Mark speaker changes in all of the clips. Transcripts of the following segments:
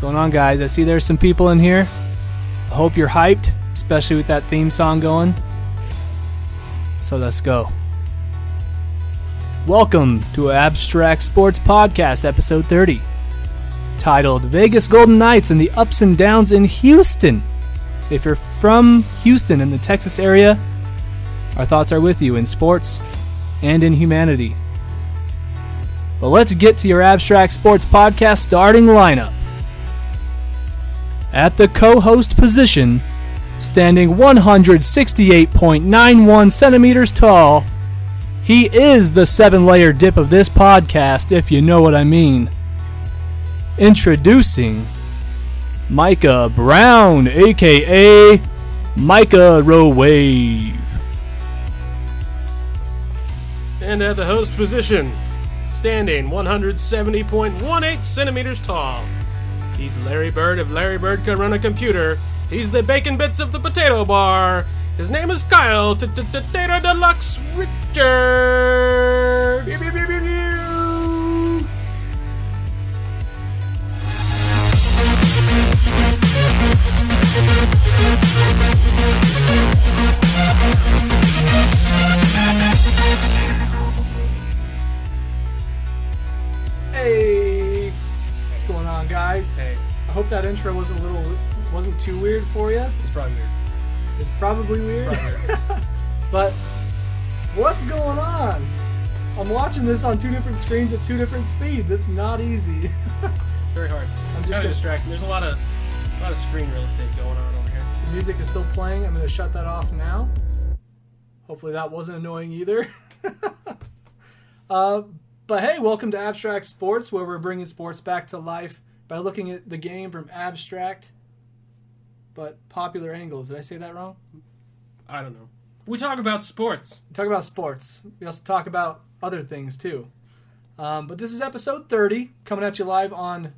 Speaker 1: going on, guys? I see there's some people in here. I hope you're hyped, especially with that theme song going. So let's go. Welcome to Abstract Sports Podcast, episode 30, titled Vegas Golden Knights and the Ups and Downs in Houston. If you're from Houston in the Texas area, our thoughts are with you in sports and in humanity. But let's get to your Abstract Sports Podcast starting lineup. At the co host position, standing 168.91 centimeters tall, he is the seven layer dip of this podcast, if you know what I mean. Introducing Micah Brown, aka Micah Rowave.
Speaker 2: And at the host position, standing 170.18 centimeters tall. He's Larry Bird of Larry Bird Can Run a Computer. He's the bacon bits of the potato bar. His name is Kyle Potato Deluxe Richard. Pew, pew, pew, pew, pew.
Speaker 1: Hey, what's going on, guys?
Speaker 2: Hey,
Speaker 1: I hope that intro wasn't a little, wasn't too weird for you.
Speaker 2: it's probably weird.
Speaker 1: It's probably weird.
Speaker 2: probably
Speaker 1: but what's going on? I'm watching this on two different screens at two different speeds. It's not easy.
Speaker 2: It's very hard. I'm
Speaker 1: just
Speaker 2: just
Speaker 1: gonna-
Speaker 2: distracting. There's a lot of, a lot of screen real estate going on over here.
Speaker 1: the music is still playing. I'm going to shut that off now. Hopefully that wasn't annoying either. uh, but hey, welcome to Abstract Sports, where we're bringing sports back to life by looking at the game from abstract but popular angles. Did I say that wrong?
Speaker 2: I don't know. We talk about sports.
Speaker 1: We talk about sports. We also talk about other things too. Um, but this is episode 30, coming at you live on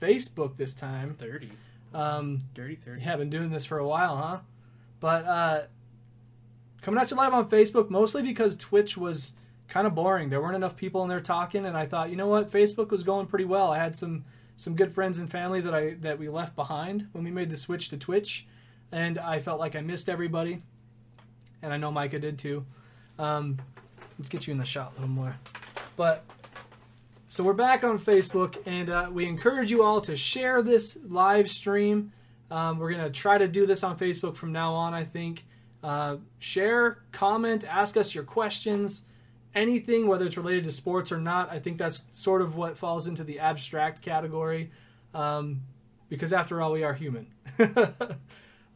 Speaker 1: Facebook this time.
Speaker 2: Thirty,
Speaker 1: Um,
Speaker 2: dirty thirty.
Speaker 1: yeah, been doing this for a while, huh? But uh, coming at you live on Facebook mostly because Twitch was kind of boring. There weren't enough people in there talking, and I thought, you know what, Facebook was going pretty well. I had some some good friends and family that I that we left behind when we made the switch to Twitch, and I felt like I missed everybody, and I know Micah did too. Um, let's get you in the shot a little more, but. So we're back on Facebook, and uh, we encourage you all to share this live stream. Um, we're going to try to do this on Facebook from now on, I think. Uh, share, comment, ask us your questions, anything, whether it's related to sports or not. I think that's sort of what falls into the abstract category um, because, after all, we are human.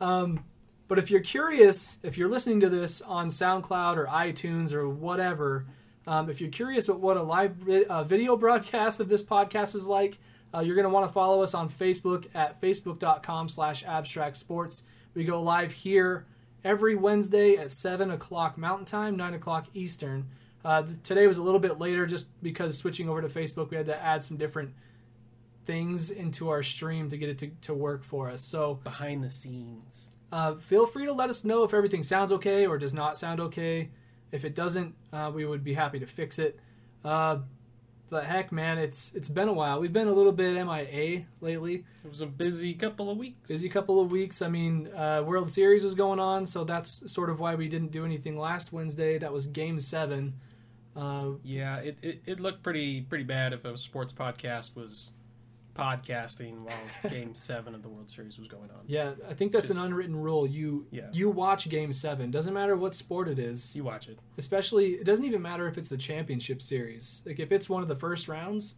Speaker 1: um, but if you're curious, if you're listening to this on SoundCloud or iTunes or whatever, um, if you're curious about what a live vi- uh, video broadcast of this podcast is like, uh, you're going to want to follow us on Facebook at facebook.com slash abstract sports. We go live here every Wednesday at 7 o'clock Mountain Time, 9 o'clock Eastern. Uh, th- today was a little bit later just because switching over to Facebook, we had to add some different things into our stream to get it to, to work for us. So
Speaker 2: Behind the scenes.
Speaker 1: uh, feel free to let us know if everything sounds okay or does not sound okay. If it doesn't, uh, we would be happy to fix it. Uh, but heck, man, it's it's been a while. We've been a little bit MIA lately.
Speaker 2: It was a busy couple of weeks.
Speaker 1: Busy couple of weeks. I mean, uh, World Series was going on, so that's sort of why we didn't do anything last Wednesday. That was Game Seven. Uh,
Speaker 2: Yeah, it, it, it looked pretty pretty bad if a sports podcast was podcasting while Game Seven of the World Series was going on.
Speaker 1: yeah, I think that's an
Speaker 2: Just-
Speaker 1: unwritten rule. You
Speaker 2: Yeah.
Speaker 1: you watch Game Seven. Doesn't matter what sport it is.
Speaker 2: You watch it.
Speaker 1: especially it doesn't even matter if it's the championship series like if it's one of the first rounds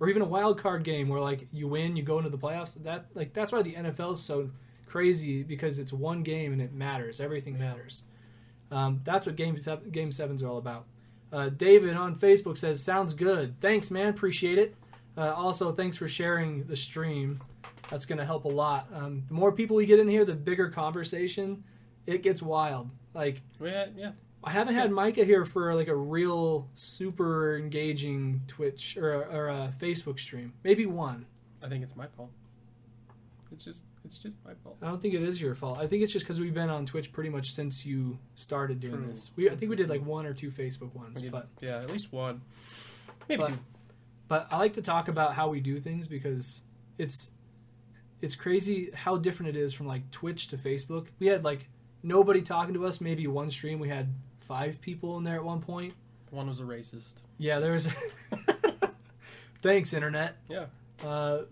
Speaker 1: or even a wild card game where like you win you go into the playoffs that like that's why the nfl is so crazy because it's one game and it matters everything matters um, that's what game seven, game sevens are all about uh, david on facebook says sounds good thanks man appreciate it uh, also thanks for sharing the stream that's going to help a lot um, the more people we get in here the bigger conversation it gets wild like
Speaker 2: Yeah, yeah.
Speaker 1: I haven't had Micah here for like a real super engaging Twitch or, or a Facebook stream. Maybe one.
Speaker 2: I think it's my fault. It's just it's just my fault.
Speaker 1: I don't think it is your fault. I think it's just because we've been on Twitch pretty much since you started doing
Speaker 2: True.
Speaker 1: this. We I think we did like one or two Facebook oones,
Speaker 2: I did-
Speaker 1: but
Speaker 2: yeah, at least one, maybe
Speaker 1: But-
Speaker 2: two.
Speaker 1: but I like to talk about how we do things because it's it's crazy how different it is from like Twitch to Facebook. We had like nobody talking to us. Maybe one stream we had five people in there at one point.
Speaker 2: One was a racist.
Speaker 1: Yeah, there was. Thanks, internet.
Speaker 2: Yeah.
Speaker 1: Uh,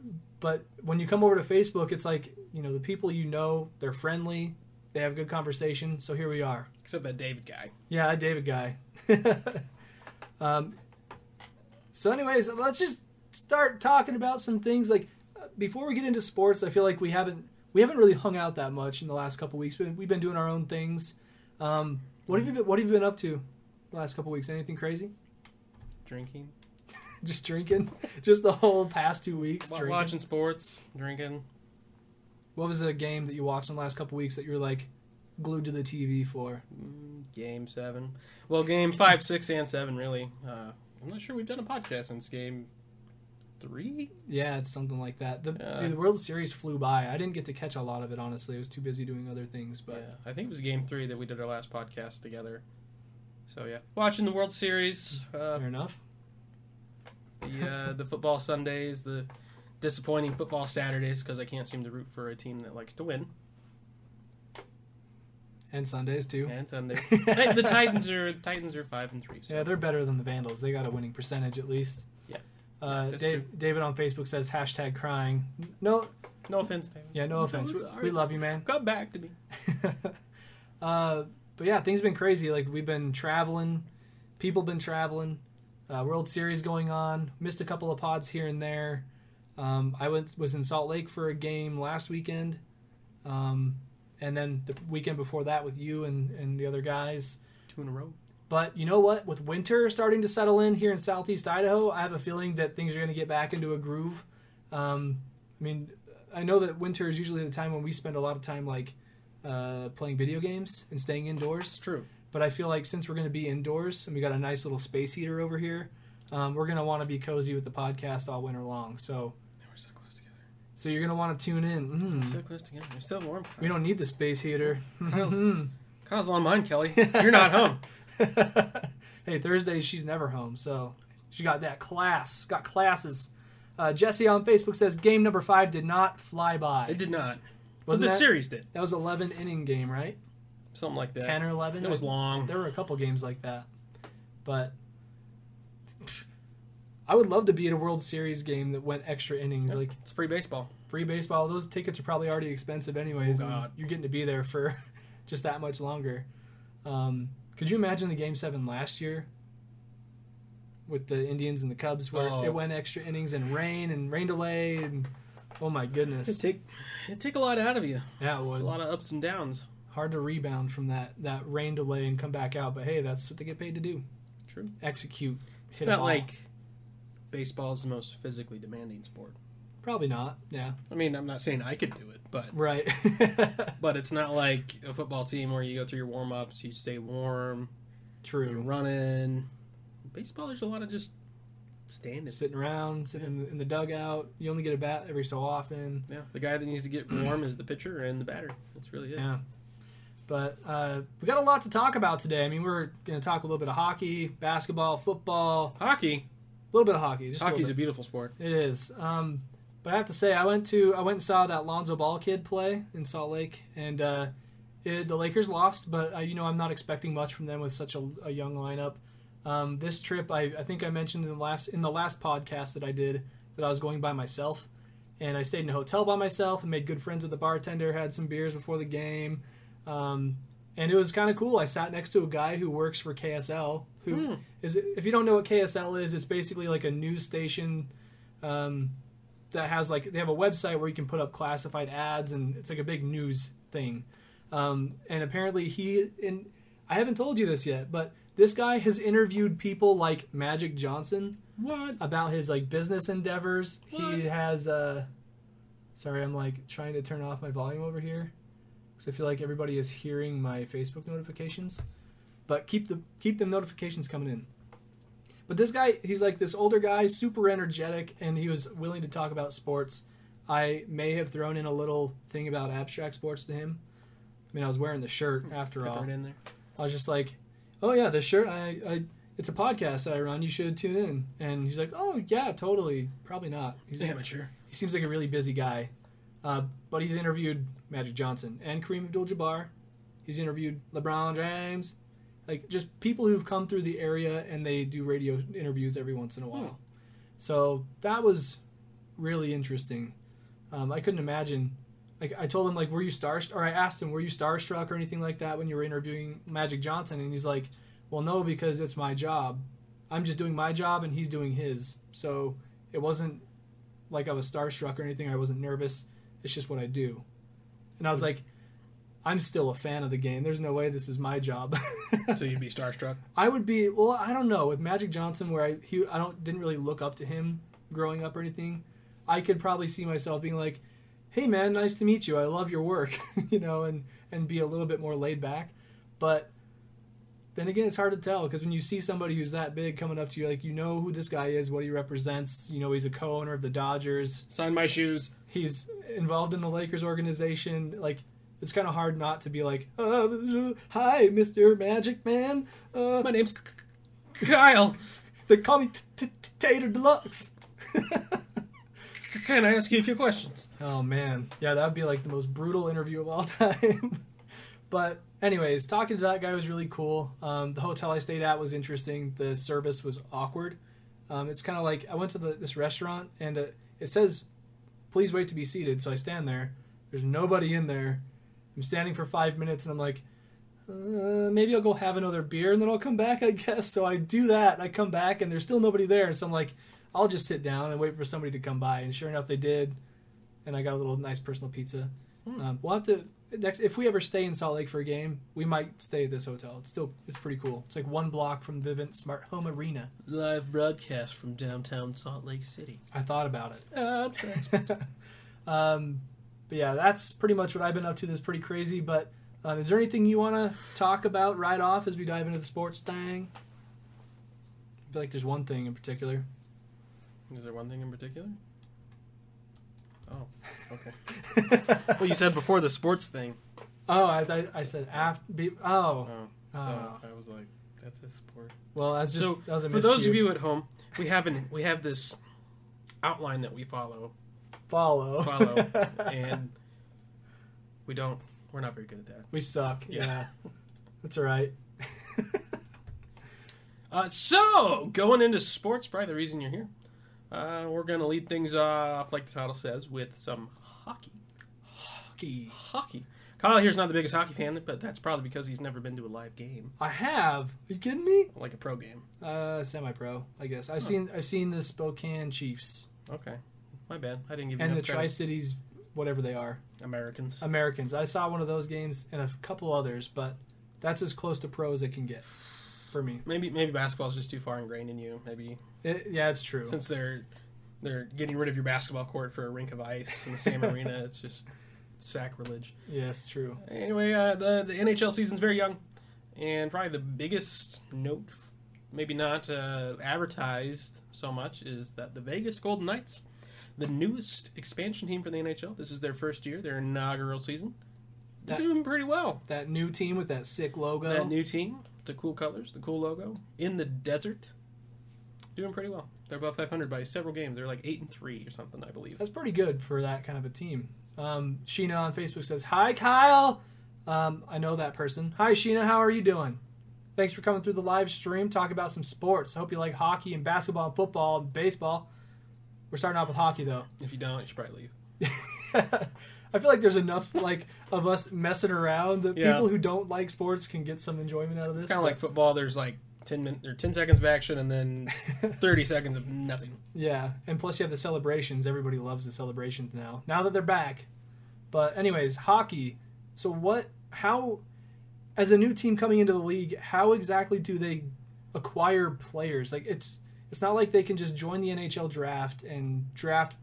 Speaker 1: but when you come over to Facebook, it's like you know the people you know. They're friendly. They have good conversation. So here we are.
Speaker 2: Except that David guy.
Speaker 1: Yeah, that David guy. um, so, anyways, let's just start talking about some things. Like uh, before we get into sports, I feel like we haven't we haven't really hung out that much in the last couple weeks. We've we've been doing our own things. Um, what have you been What have you been up to the last couple weeks? Anything crazy?
Speaker 2: Drinking.
Speaker 1: Just drinking. Just the whole past two weeks.
Speaker 2: Wa-
Speaker 1: drinking.
Speaker 2: Watching sports. Drinking.
Speaker 1: What was a game that you watched in the last couple weeks that you were like glued to the TV for?
Speaker 2: Mm, Game seven. Well, game five, six, and seven, really. Uh, I'm not sure we've done a podcast since game three.
Speaker 1: Yeah, it's something like that. The,
Speaker 2: Yeah.
Speaker 1: dude, the World Series flew by. I didn't get to catch a lot of it, honestly. I was too busy doing other things. But
Speaker 2: yeah, I think it was game three that we did our last podcast together. So yeah, watching the World Series, uh,
Speaker 1: fair enough.
Speaker 2: the uh, the football Sundays, the disappointing football Saturdays because I can't seem to root for a team that likes to win,
Speaker 1: And Sundays too.
Speaker 2: and Sundays. Hey, the Titans are Titans are five and three. So.
Speaker 1: Yeah, they're better than the Vandals. They got a winning percentage at least.
Speaker 2: Yeah.
Speaker 1: Uh,
Speaker 2: That's
Speaker 1: Dave, David on Facebook says hashtag crying. No,
Speaker 2: No offense, David.
Speaker 1: yeah, no offense. We, we love you, man.
Speaker 2: Come back to me.
Speaker 1: uh, but yeah, things been crazy. Like we've been traveling, people been traveling, uh, World Series going on. Missed a couple of pods here and there. Um, I went was in Salt Lake for a game last weekend, um, and then the weekend before that with you and and the other guys.
Speaker 2: Two in a row.
Speaker 1: But you know what? With winter starting to settle in here in southeast Idaho, I have a feeling that things are going to get back into a groove. Um, I mean, I know that winter is usually the time when we spend a lot of time like uh, playing video games and staying indoors.
Speaker 2: It's true.
Speaker 1: But I feel like since we're going to be indoors and we got a nice little space heater over here, um, we're going to want to be cozy with the podcast all winter long. So,
Speaker 2: Man, we're so close together.
Speaker 1: so you're going to want to tune in. Mm,
Speaker 2: So close together. We're still warm.
Speaker 1: we don't need the space heater. Mm-hmm.
Speaker 2: Kyle's, Kyle's on mine, Kelly. You're not home.
Speaker 1: hey, Thursday she's never home, so she got that class, got classes. Uh, Jesse on Facebook says game number five did not fly by.
Speaker 2: It did not.
Speaker 1: Wasn't
Speaker 2: the
Speaker 1: that-
Speaker 2: series did
Speaker 1: That was eleven inning game, right?
Speaker 2: something like that.
Speaker 1: Ten or eleven.
Speaker 2: It was long.
Speaker 1: There were a couple games like that, but I would love to be at a World Series game that went extra innings. Like
Speaker 2: It's free baseball.
Speaker 1: free baseball, those tickets are probably already expensive anyways.
Speaker 2: Oh,
Speaker 1: and
Speaker 2: God.
Speaker 1: You're getting to be there for just that much longer. Um, could you imagine the game seven last year with the Indians and the Cubs, where
Speaker 2: Oh.
Speaker 1: it went extra innings and rain and rain delay and oh my
Speaker 2: It
Speaker 1: goodness,
Speaker 2: take it take a lot out of you.
Speaker 1: yeah, it
Speaker 2: It's
Speaker 1: would
Speaker 2: a lot of ups and downs.
Speaker 1: hard to rebound from that that rain delay and come back out. But hey, that's what they get paid to do:
Speaker 2: True.
Speaker 1: execute.
Speaker 2: It's
Speaker 1: hit a
Speaker 2: not
Speaker 1: ball.
Speaker 2: like baseball is the most physically demanding sport.
Speaker 1: probably not. Yeah,
Speaker 2: I mean, I'm not saying I could do it, but
Speaker 1: right.
Speaker 2: but it's not like a football team where you go through your warm ups, you stay warm, you're
Speaker 1: True.
Speaker 2: running. Baseball, there's a lot of just standing.
Speaker 1: Sitting around, sitting in, the, in the dugout. You only get a bat every so often.
Speaker 2: Yeah, the guy that needs to get warm is the pitcher and the batter. That's really it.
Speaker 1: Yeah. But uh, we got a lot to talk about today. I mean, we're going to talk a little bit of hockey, basketball, football,
Speaker 2: Hockey,
Speaker 1: a little bit of hockey. Just a
Speaker 2: hockey's
Speaker 1: little
Speaker 2: a beautiful sport.
Speaker 1: bit. It is. Um, but I have to say, I went to I went and saw that Lonzo Ball kid play in Salt Lake, and uh, it, the Lakers lost. But uh, you know, I'm not expecting much from them with such a, a young lineup. Um, this trip, I, I think I mentioned in the last in the last podcast that I did that I was going by myself, and I stayed in a hotel by myself and made good friends with the bartender. Had some beers before the game, um, and it was kind of cool. I sat next to a guy who works for KSL.
Speaker 2: Hmm.
Speaker 1: Who is if you don't know what KSL is, it's basically like a news station um, that has like they have a website where you can put up classified ads, and it's like a big news thing. Um, and apparently he and I haven't told you this yet, but this guy has interviewed people like Magic Johnson
Speaker 2: What?
Speaker 1: about his like business endeavors.
Speaker 2: What?
Speaker 1: He has uh sorry, I'm like trying to turn off my volume over here cuz I feel like everybody is hearing my Facebook notifications. But keep the keep the notifications coming in. But this guy, he's like this older guy, super energetic and he was willing to talk about sports. I may have thrown in a little thing about abstract sports to him. I mean, I was wearing the shirt after all.
Speaker 2: Pepper it in there.
Speaker 1: I was just like, "Oh yeah, this shirt. I, I it's a podcast that I run. You should tune in." And he's like, "Oh yeah, totally. Probably not. He's,
Speaker 2: Amateur.
Speaker 1: He seems like a really busy guy." Uh, but he's interviewed Magic Johnson and Kareem Abdul-Jabbar. He's interviewed LeBron James, like just people who've come through the area and they do radio interviews every once in a while. So that was really interesting. Um, I couldn't imagine. Like I told him, like, were you star? Or I asked him, were you starstruck or anything like that when you were interviewing Magic Johnson? And he's like, well, no, because it's my job. I'm just doing my job, and he's doing his. So it wasn't like I was starstruck or anything. I wasn't nervous. It's just what I do. And I was like, I'm still a fan of the game. There's no way this is my job.
Speaker 2: So you'd be starstruck.
Speaker 1: I would be well. I don't know with Magic Johnson, where I he I don't didn't really look up to him growing up or anything. I could probably see myself being like, "Hey man, nice to meet you. I love your work," you know, and and be a little bit more laid back. But then again, it's hard to tell because when you see somebody who's that big coming up to you, like you know who this guy is, what he represents. You know, he's a co-owner of the Dodgers.
Speaker 2: Sign my shoes.
Speaker 1: He's involved in the Lakers organization. Like. It's kind of hard not to be like, uh, "Hi, Mr. Magic Man. Uh,
Speaker 2: My name's K- K- Kyle.
Speaker 1: they call me t- t- t- Tater Deluxe.
Speaker 2: C- Can I ask you a few questions?
Speaker 1: Oh man, yeah, that would be like the most brutal interview of all time. but anyways, talking to that guy was really cool. Um, the hotel I stayed at was interesting. The service was awkward. Um, it's kind of like I went to the, this restaurant and uh, it says, "Please wait to be seated." So I stand there. There's nobody in there. I'm standing for five minutes and I'm like, uh, maybe I'll go have another beer and then I'll come back, I guess. So I do that. and I come back and there's still nobody there. So I'm like, I'll just sit down and wait for somebody to come by. And sure enough, they did. And I got a little nice personal pizza.
Speaker 2: Hmm.
Speaker 1: Um, we'll have to next if we ever stay in Salt Lake for a game, we might stay at this hotel. It's still it's pretty cool. It's like one block from Vivint Smart Home Arena.
Speaker 2: Live broadcast from downtown Salt Lake City.
Speaker 1: I thought about it.
Speaker 2: Oh,
Speaker 1: Um, but yeah, that's pretty much what I've been up to. That's pretty crazy. But um, is there anything you want to talk about right off as we dive into the sports thing? I feel like there's one thing in particular.
Speaker 2: Is there one thing in particular? Oh, okay. well, you said before the sports thing.
Speaker 1: Oh, I, I, I said after. Be, oh,
Speaker 2: Oh, so
Speaker 1: Oh.
Speaker 2: I was like, that's a sport.
Speaker 1: well, that's just
Speaker 2: so
Speaker 1: that was a
Speaker 2: for those of you at home, we have an we have this outline that we follow,
Speaker 1: follow
Speaker 2: follow, and we don't. We're not very good at that.
Speaker 1: we suck. Yeah,
Speaker 2: Yeah.
Speaker 1: that's all right.
Speaker 2: Uh, so, going into sports, probably the reason you're here. Uh, we're going to lead things off, like the title says, with some hockey.
Speaker 1: Hockey.
Speaker 2: Hockey. Kyle here's not the biggest hockey fan, but that's probably because he's never been to a live game,
Speaker 1: I have. Are you kidding me?
Speaker 2: like a pro game.
Speaker 1: Uh, semi-pro, I guess. I've seen I've seen the Spokane Chiefs
Speaker 2: Okay. My bad. I didn't give you
Speaker 1: and the uh,
Speaker 2: enough
Speaker 1: Tri
Speaker 2: credit.
Speaker 1: Cities, whatever they are.
Speaker 2: Americans.
Speaker 1: Americans. I saw one of those games and a couple others, but that's as close to pro as it can get for me.
Speaker 2: Maybe maybe basketball's just too far ingrained in you. Maybe
Speaker 1: It, yeah, it's true.
Speaker 2: since they're they're getting rid of your basketball court for a rink of ice in the same arena, it's just sacrilege.
Speaker 1: yeah, it's true.
Speaker 2: Anyway, uh, the the NHL season's very young, and probably the biggest note, maybe not uh, advertised so much, is that the Vegas Golden Knights, the newest expansion team for the NHL, this is their first year, their inaugural season. They're
Speaker 1: That-
Speaker 2: doing pretty well.
Speaker 1: That new team with that sick logo.
Speaker 2: That new team, the cool colors, the cool logo, in the desert, doing pretty well. They're above 500 by several games. They're like eight and three or something, I believe.
Speaker 1: that's pretty good for that kind of a team. Um, Sheena on Facebook says, "Hi, Kyle. Um, I know that person. Hi, Sheena. How are you doing? Thanks for coming through the live stream. Talk about some sports. Hope you like hockey and basketball and football and baseball. We're starting off with hockey though.
Speaker 2: If you don't, you should probably leave.
Speaker 1: I feel like there's enough like of us messing around that
Speaker 2: Yeah.
Speaker 1: people who don't like sports can get some enjoyment out of this.
Speaker 2: It's kind of like football. There's like 10 minutes or 10 seconds of action and then 30 seconds of nothing.
Speaker 1: Yeah, and plus you have the celebrations. Everybody loves the celebrations now. Now that they're back. But anyways, hockey. So what? How? As a new team coming into the league, how exactly do they acquire players? Like it's it's not like they can just join the NHL draft and draft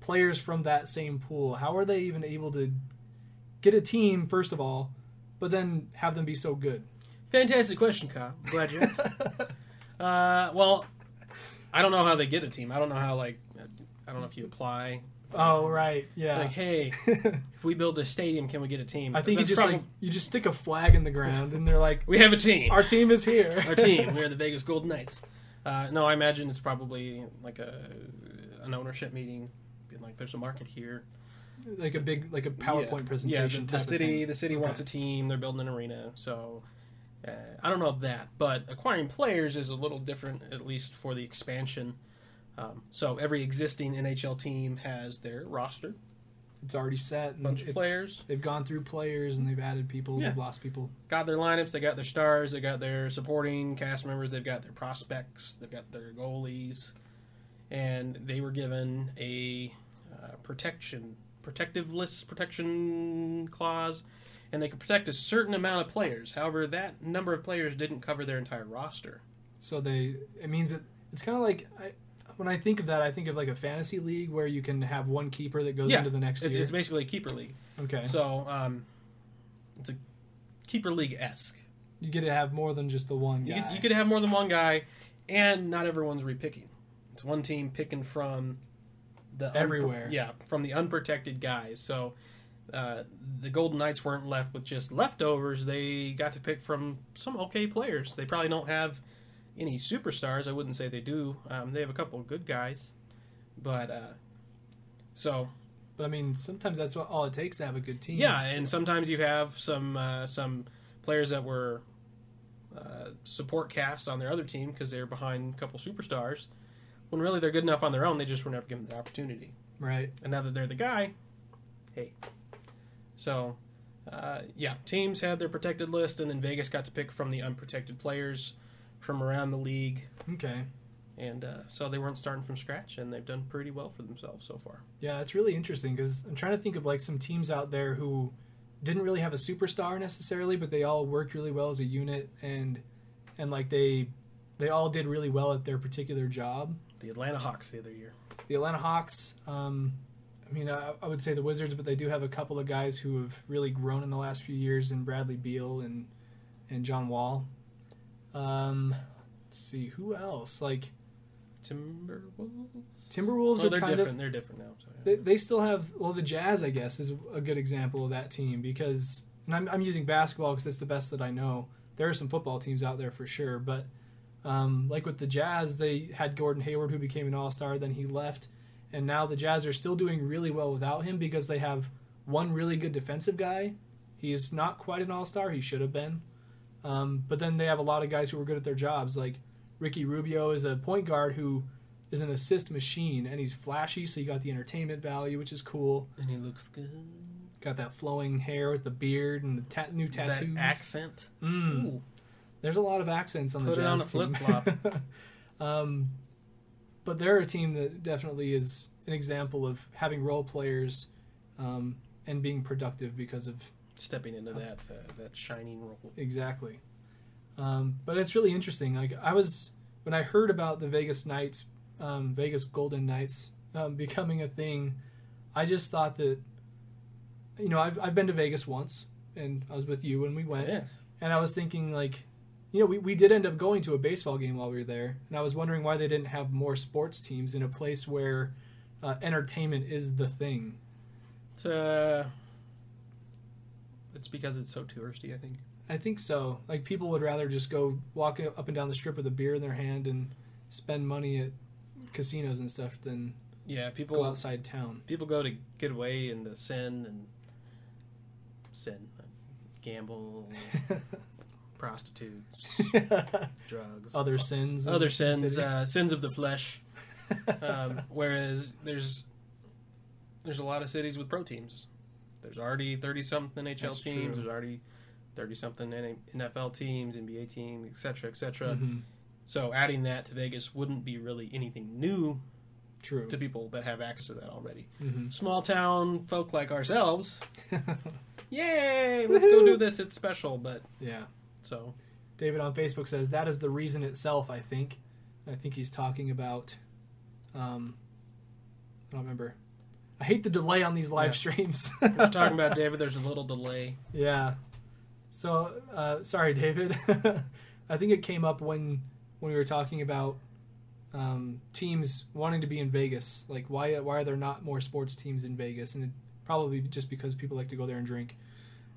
Speaker 1: players from that same pool. How are they even able to get a team first of all, but then have them be so good?
Speaker 2: Fantastic question, Kyle. Glad you asked. uh, well, I don't know how they get a team. I don't know how like I don't know if you apply.
Speaker 1: Oh right, yeah.
Speaker 2: Like, hey, if we build this stadium, can we get a team?
Speaker 1: I think you
Speaker 2: That's
Speaker 1: just like
Speaker 2: probably-
Speaker 1: you just stick a flag in the ground and they're like
Speaker 2: we have a team.
Speaker 1: Our team is here.
Speaker 2: our team. We're the Vegas Golden Knights. Uh, no, I imagine it's probably like a an ownership meeting, being like, "There's a market here.
Speaker 1: like a big like a PowerPoint presentation.
Speaker 2: Yeah, the- the,
Speaker 1: type of
Speaker 2: city
Speaker 1: thing.
Speaker 2: the city wants a team. They're building an arena, so uh, I don't know that, but acquiring players is a little different, at least for the expansion. Um, so every existing NHL team has their roster,
Speaker 1: It's already set. And
Speaker 2: bunch of
Speaker 1: it's-
Speaker 2: players,
Speaker 1: They've gone through players and they've added people.
Speaker 2: Yeah.
Speaker 1: They've lost people.
Speaker 2: got their lineups, they got their stars, they got their supporting cast members, they've got their prospects, they've got their goalies, and they were given a uh, protection protective list protection clause, and they could protect a certain amount of players. However, that number of players didn't cover their entire roster.
Speaker 1: So they it means that it's kind of like I, when I think of that, I think of like a fantasy league where you can have one keeper that goes
Speaker 2: Yeah,
Speaker 1: into the next
Speaker 2: It's,
Speaker 1: year.
Speaker 2: it's basically a keeper league,
Speaker 1: okay,
Speaker 2: so um, it's a keeper league esque.
Speaker 1: you get to have more than just the one
Speaker 2: You
Speaker 1: guy.
Speaker 2: could, you could have more than one guy, and not everyone's repicking. It's one team picking from the unpro-
Speaker 1: Everywhere.
Speaker 2: yeah, from the unprotected guys. So uh, the Golden Knights weren't left with just leftovers. They got to pick from some okay players. They probably don't have any superstars. I wouldn't say they do. Um, they have a couple of good guys, but uh, so
Speaker 1: but I mean, sometimes that's what all it takes to have a good team.
Speaker 2: yeah, and sometimes you have some uh, some players that were uh, support casts on their other team because they were behind a couple superstars. When really they're good enough on their own, they just were never given the opportunity.
Speaker 1: right.
Speaker 2: And now that they're the guy, hey. So, uh, yeah, teams had their protected list, and then Vegas got to pick from the unprotected players from around the league,
Speaker 1: Okay,
Speaker 2: and uh, so they weren't starting from scratch, and they've done pretty well for themselves so far.
Speaker 1: yeah, that's really interesting because I'm trying to think of like some teams out there who didn't really have a superstar necessarily, but they all worked really well as a unit and and like they they all did really well at their particular job.
Speaker 2: The Atlanta Hawks the other year.
Speaker 1: the Atlanta Hawks. Um, I mean, I, I would say the Wizards, but they do have a couple of guys who have really grown in the last few years, in Bradley Beal and and John Wall. Um, let's see who else. Like
Speaker 2: Timberwolves.
Speaker 1: Timberwolves
Speaker 2: Well,
Speaker 1: are
Speaker 2: they're
Speaker 1: kind
Speaker 2: different.
Speaker 1: of
Speaker 2: They're different now. So, yeah.
Speaker 1: they, they still have well the Jazz, I guess, is a good example of that team because and I'm I'm using basketball because it's the best that I know. There are some football teams out there for sure, but um, like with the Jazz, they had Gordon Hayward who became an All Star, then he left, and now the Jazz are still doing really well without him because they have one really good defensive guy. He's not quite an All Star; he should have been. Um, but then they have a lot of guys who are good at their jobs. Like Ricky Rubio is a point guard who is an assist machine, and he's flashy, so you got the entertainment value, which is cool.
Speaker 2: and he looks good.
Speaker 1: Got that flowing hair with the beard and the ta- new tattoos.
Speaker 2: That accent.
Speaker 1: Mm.
Speaker 2: Ooh.
Speaker 1: There's a lot of accents on
Speaker 2: Put
Speaker 1: the
Speaker 2: it on
Speaker 1: Jazz
Speaker 2: a
Speaker 1: team.
Speaker 2: flip-flop.
Speaker 1: um, but they're a team that definitely is an example of having role players um, and being productive because of
Speaker 2: Stepping into that uh, that shining role.
Speaker 1: exactly. Um, but it's really interesting. Like I was when I heard about the Vegas Knights, um, Vegas Golden Knights um, becoming a thing, I just thought that, you know, I've I've been to Vegas once, and I was with you when we went.
Speaker 2: Yes.
Speaker 1: And I was thinking, like, you know, we, we did end up going to a baseball game while we were there. And I was wondering why they didn't have more sports teams in a place where uh, entertainment is the thing.
Speaker 2: It's uh. It's because it's so touristy. I think.
Speaker 1: I think so. Like, people would rather just go walk up and down the strip with a beer in their hand and spend money at casinos and stuff than
Speaker 2: Yeah,
Speaker 1: go
Speaker 2: people
Speaker 1: outside town.
Speaker 2: people go to get away and to sin and sin, uh, gamble, prostitutes, drugs,
Speaker 1: Other sins. in
Speaker 2: other
Speaker 1: the
Speaker 2: sins,
Speaker 1: city.
Speaker 2: uh, sins of the flesh. um, whereas there's there's a lot of cities with pro teams. There's already thirty something NHL
Speaker 1: That's
Speaker 2: teams.
Speaker 1: true.
Speaker 2: There's already thirty something NFL teams, NBA team, etc., cetera, etc.
Speaker 1: Mhm.
Speaker 2: So adding that to Vegas wouldn't be really anything new
Speaker 1: True.
Speaker 2: to people that have access to that already.
Speaker 1: Mhm.
Speaker 2: Small town folk like ourselves,
Speaker 1: Mm-hmm.
Speaker 2: yay! Let's go
Speaker 1: Woohoo!
Speaker 2: do this. It's special, but
Speaker 1: yeah.
Speaker 2: so
Speaker 1: David on Facebook says that is the reason itself. I think, I think he's talking about. Um, I don't remember. I hate the delay on these live
Speaker 2: Yeah.
Speaker 1: streams.
Speaker 2: we're talking about David. There's a little delay.
Speaker 1: yeah. So uh, sorry, David. I think it came up when when we were talking about um, teams wanting to be in Vegas. Like why why are there not more sports teams in Vegas? And it, probably just because people like to go there and drink,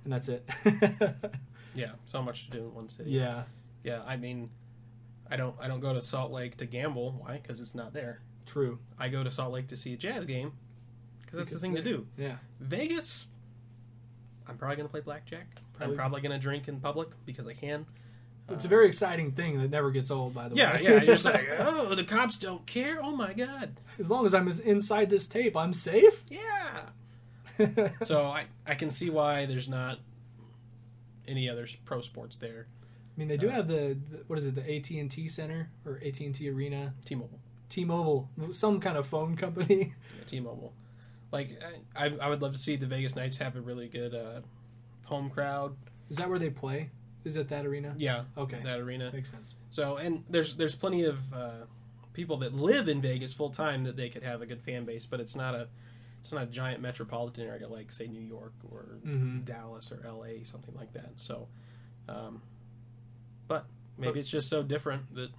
Speaker 1: and that's it.
Speaker 2: Yeah, so much to do in one city.
Speaker 1: yeah.
Speaker 2: Yeah, I mean, I don't I don't go to Salt Lake to gamble. Why? Because it's not there.
Speaker 1: True.
Speaker 2: I go to Salt Lake to see a jazz game 'cause because that's the
Speaker 1: Because
Speaker 2: thing to
Speaker 1: they-
Speaker 2: do.
Speaker 1: Yeah.
Speaker 2: Vegas, I'm probably gonna play blackjack.
Speaker 1: Probably.
Speaker 2: I'm probably gonna drink in public because I can.
Speaker 1: It's a very exciting thing that never gets old, by the
Speaker 2: Uh, Yeah,
Speaker 1: way.
Speaker 2: yeah. You're just like, oh, the cops don't care. Oh my god.
Speaker 1: as long as I'm inside this tape, I'm safe.
Speaker 2: Yeah.
Speaker 1: I
Speaker 2: So I I can see why there's not any other s- pro sports there.
Speaker 1: mean, they do
Speaker 2: Uh,
Speaker 1: have the, the what is it, the AT and T Center or AT and T Arena,
Speaker 2: T-Mobile.
Speaker 1: T-Mobile, some kind of phone company.
Speaker 2: Yeah, T-Mobile. Like I I would love to see the Vegas Knights have a really good uh, home crowd.
Speaker 1: Is that where they play? Is it that arena?
Speaker 2: Yeah.
Speaker 1: Okay.
Speaker 2: That arena.
Speaker 1: Makes sense.
Speaker 2: So, and there's there's plenty of uh, people that live in Vegas full time that they could have a good fan base, but it's not a it's not a giant metropolitan area like say New York or
Speaker 1: Mm-hmm.
Speaker 2: Dallas or L.A. something like that. So, um, but maybe it's just so different that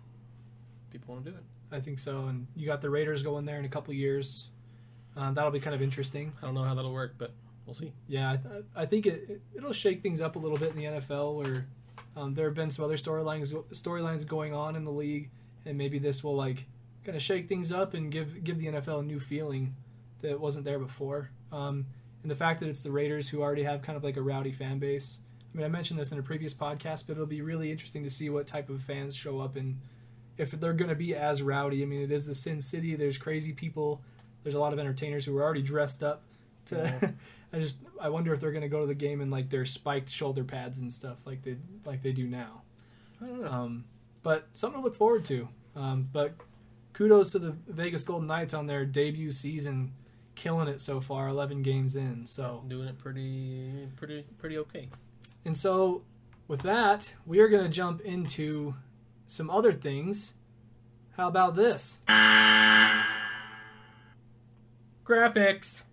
Speaker 2: people want to do it.
Speaker 1: I think so. And you got the Raiders going there in a couple years. Uh, that'll be kind of interesting.
Speaker 2: I don't know how that'll work, but we'll see.
Speaker 1: Yeah, I, th- I think it, it it'll shake things up a little bit in the NFL where um, there have been some other storylines storylines going on in the league, and maybe this will like kind of shake things up and give give the NFL a new feeling that wasn't there before. Um, and the fact that it's the Raiders who already have kind of like a rowdy fan base. I mean, I mentioned this in a previous podcast, but it'll be really interesting to see what type of fans show up and if they're going to be as rowdy. I mean, it is the Sin City. There's crazy people. There's a lot of entertainers who are already dressed up. To
Speaker 2: Yeah.
Speaker 1: I just I wonder if they're going to go to the game in like their spiked shoulder pads and stuff like they like they do now.
Speaker 2: I don't know.
Speaker 1: Um, but something to look forward to. Um, but kudos to the Vegas Golden Knights on their debut season, killing it so far. Eleven games in. So
Speaker 2: Doing it pretty pretty pretty okay.
Speaker 1: and so with that, we are going to jump into some other things. How about this?
Speaker 2: Graphics.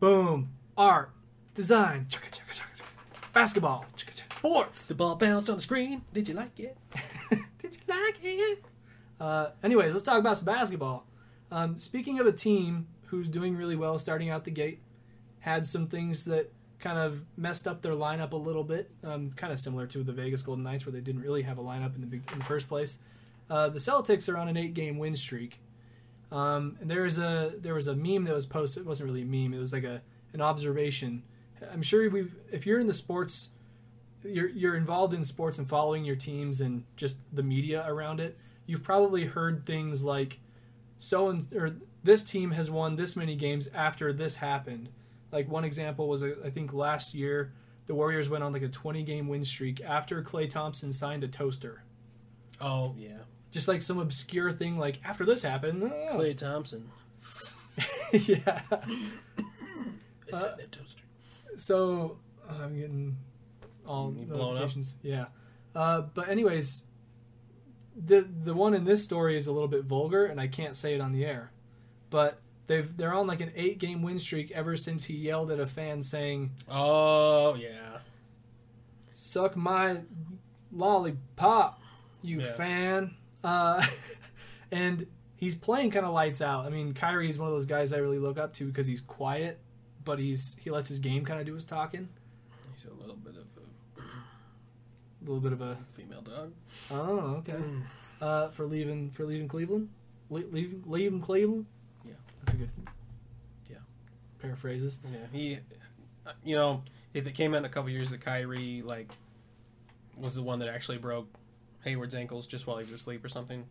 Speaker 1: Boom. Art, design, chugga, chugga, chugga, chugga. basketball, chugga, chugga, sports.
Speaker 2: The ball bounced on the screen. Did you like it?
Speaker 1: Did you like it? Uh, anyways, let's talk about some basketball. Um, speaking of a team who's doing really well starting out the gate, had some things that kind of messed up their lineup a little bit, um, kind of similar to the Vegas Golden Knights, where they didn't really have a lineup in the, big, in the first place. Uh, the Celtics are on an eight-game win streak. Um, and there is a there was a meme that was posted. It wasn't really a meme. It was like a an observation. I'm sure we have if you're in the sports you're you're involved in sports and following your teams and just the media around it, you've probably heard things like so and or this team has won this many games after this happened. Like one example was uh, I think last year the Warriors went on like a 20 game win streak after Clay Thompson signed a toaster.
Speaker 2: Oh yeah.
Speaker 1: Just like some obscure thing like after this happened. uh,
Speaker 2: Clay Thompson.
Speaker 1: yeah.
Speaker 2: It's
Speaker 1: Uh,
Speaker 2: in that toaster.
Speaker 1: So I'm getting all
Speaker 2: You blown up?
Speaker 1: notifications. Yeah. Uh, but anyways, the the one in this story is a little bit vulgar, and I can't say it on the air. But they've they're on like an eight game win streak ever since he yelled at a fan saying
Speaker 2: Oh yeah.
Speaker 1: "suck my lollipop, you
Speaker 2: Yeah.
Speaker 1: fan," uh, and he's playing kind of lights out. I mean, Kyrie is one of those guys I really look up to because he's quiet, but he's he lets his game kind of do his talking.
Speaker 2: He's a little bit of a
Speaker 1: A little bit of a
Speaker 2: female dog.
Speaker 1: Oh, okay. Uh, for leaving for leaving Cleveland, Le- leaving leaving Cleveland.
Speaker 2: Yeah.
Speaker 1: that's a good.
Speaker 2: Yeah.
Speaker 1: Paraphrases.
Speaker 2: Yeah, he. You know, if it came out in a couple years that Kyrie like was the one that actually broke Hayward's ankles just while he was asleep or something,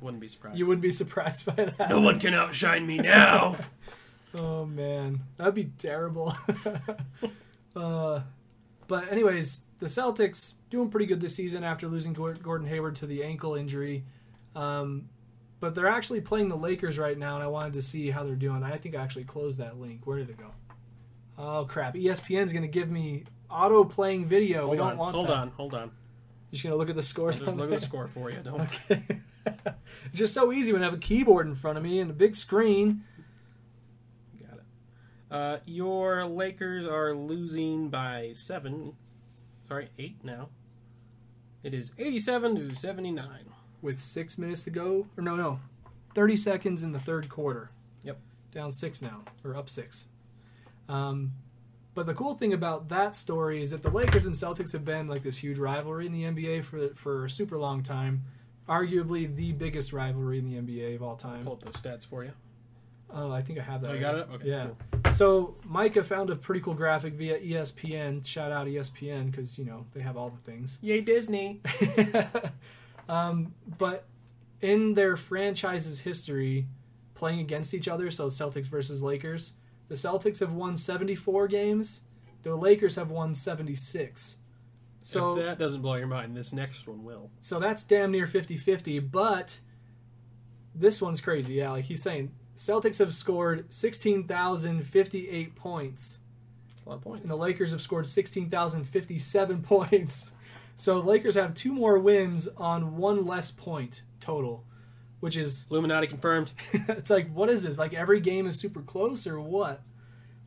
Speaker 2: wouldn't be surprised.
Speaker 1: You wouldn't be surprised by that.
Speaker 2: no one can outshine me now.
Speaker 1: Oh man, that'd be terrible. uh, but anyways, the Celtics doing pretty good this season after losing Gor- Gordon Hayward to the ankle injury. Um, but they're actually playing the Lakers right now, and I wanted to see how they're doing. I think I actually closed that link. Where did it go? Oh crap! ESPN's gonna give me auto playing video. we don't
Speaker 2: hold on,
Speaker 1: want
Speaker 2: hold
Speaker 1: that.
Speaker 2: on, hold on.
Speaker 1: You're just gonna look at the
Speaker 2: I'll
Speaker 1: scores.
Speaker 2: just
Speaker 1: on
Speaker 2: look at the
Speaker 1: there?
Speaker 2: score for you. Don't.
Speaker 1: Okay. it's just so easy when I have a keyboard in front of me and a big screen.
Speaker 2: Got it. Uh, your Lakers are losing by seven. Sorry, eight now. It is eighty-seven to seventy-nine.
Speaker 1: with six minutes to go, or no, no, 30 seconds in the third quarter.
Speaker 2: Yep.
Speaker 1: Down six now, or up six. Um, but the cool thing about that story is that the Lakers and Celtics have been like this huge rivalry in the NBA for for a super long time, arguably the biggest rivalry in the NBA of all time.
Speaker 2: Pull up those stats for you.
Speaker 1: Oh, I think I have that.
Speaker 2: Oh, you
Speaker 1: right.
Speaker 2: got it? Okay,
Speaker 1: yeah. So Micah found a pretty cool graphic via E ESPN. Shout out E ESPN because you know they have all the things.
Speaker 2: Yay, Disney.
Speaker 1: um, but in their franchise's history, playing against each other, so Celtics versus Lakers, the Celtics have won 74 games. The Lakers have won 76. So
Speaker 2: So if that doesn't blow your mind. This next one will.
Speaker 1: so that's damn near 50-50, but this one's crazy. Yeah, like he's saying Celtics have scored 16,058 points
Speaker 2: That's a lot of
Speaker 1: and
Speaker 2: points.
Speaker 1: the Lakers have scored 16,057 points. So Lakers have two more wins on one less point total, which is
Speaker 2: Illuminati confirmed.
Speaker 1: it's like what is this? Like every game is super close or what?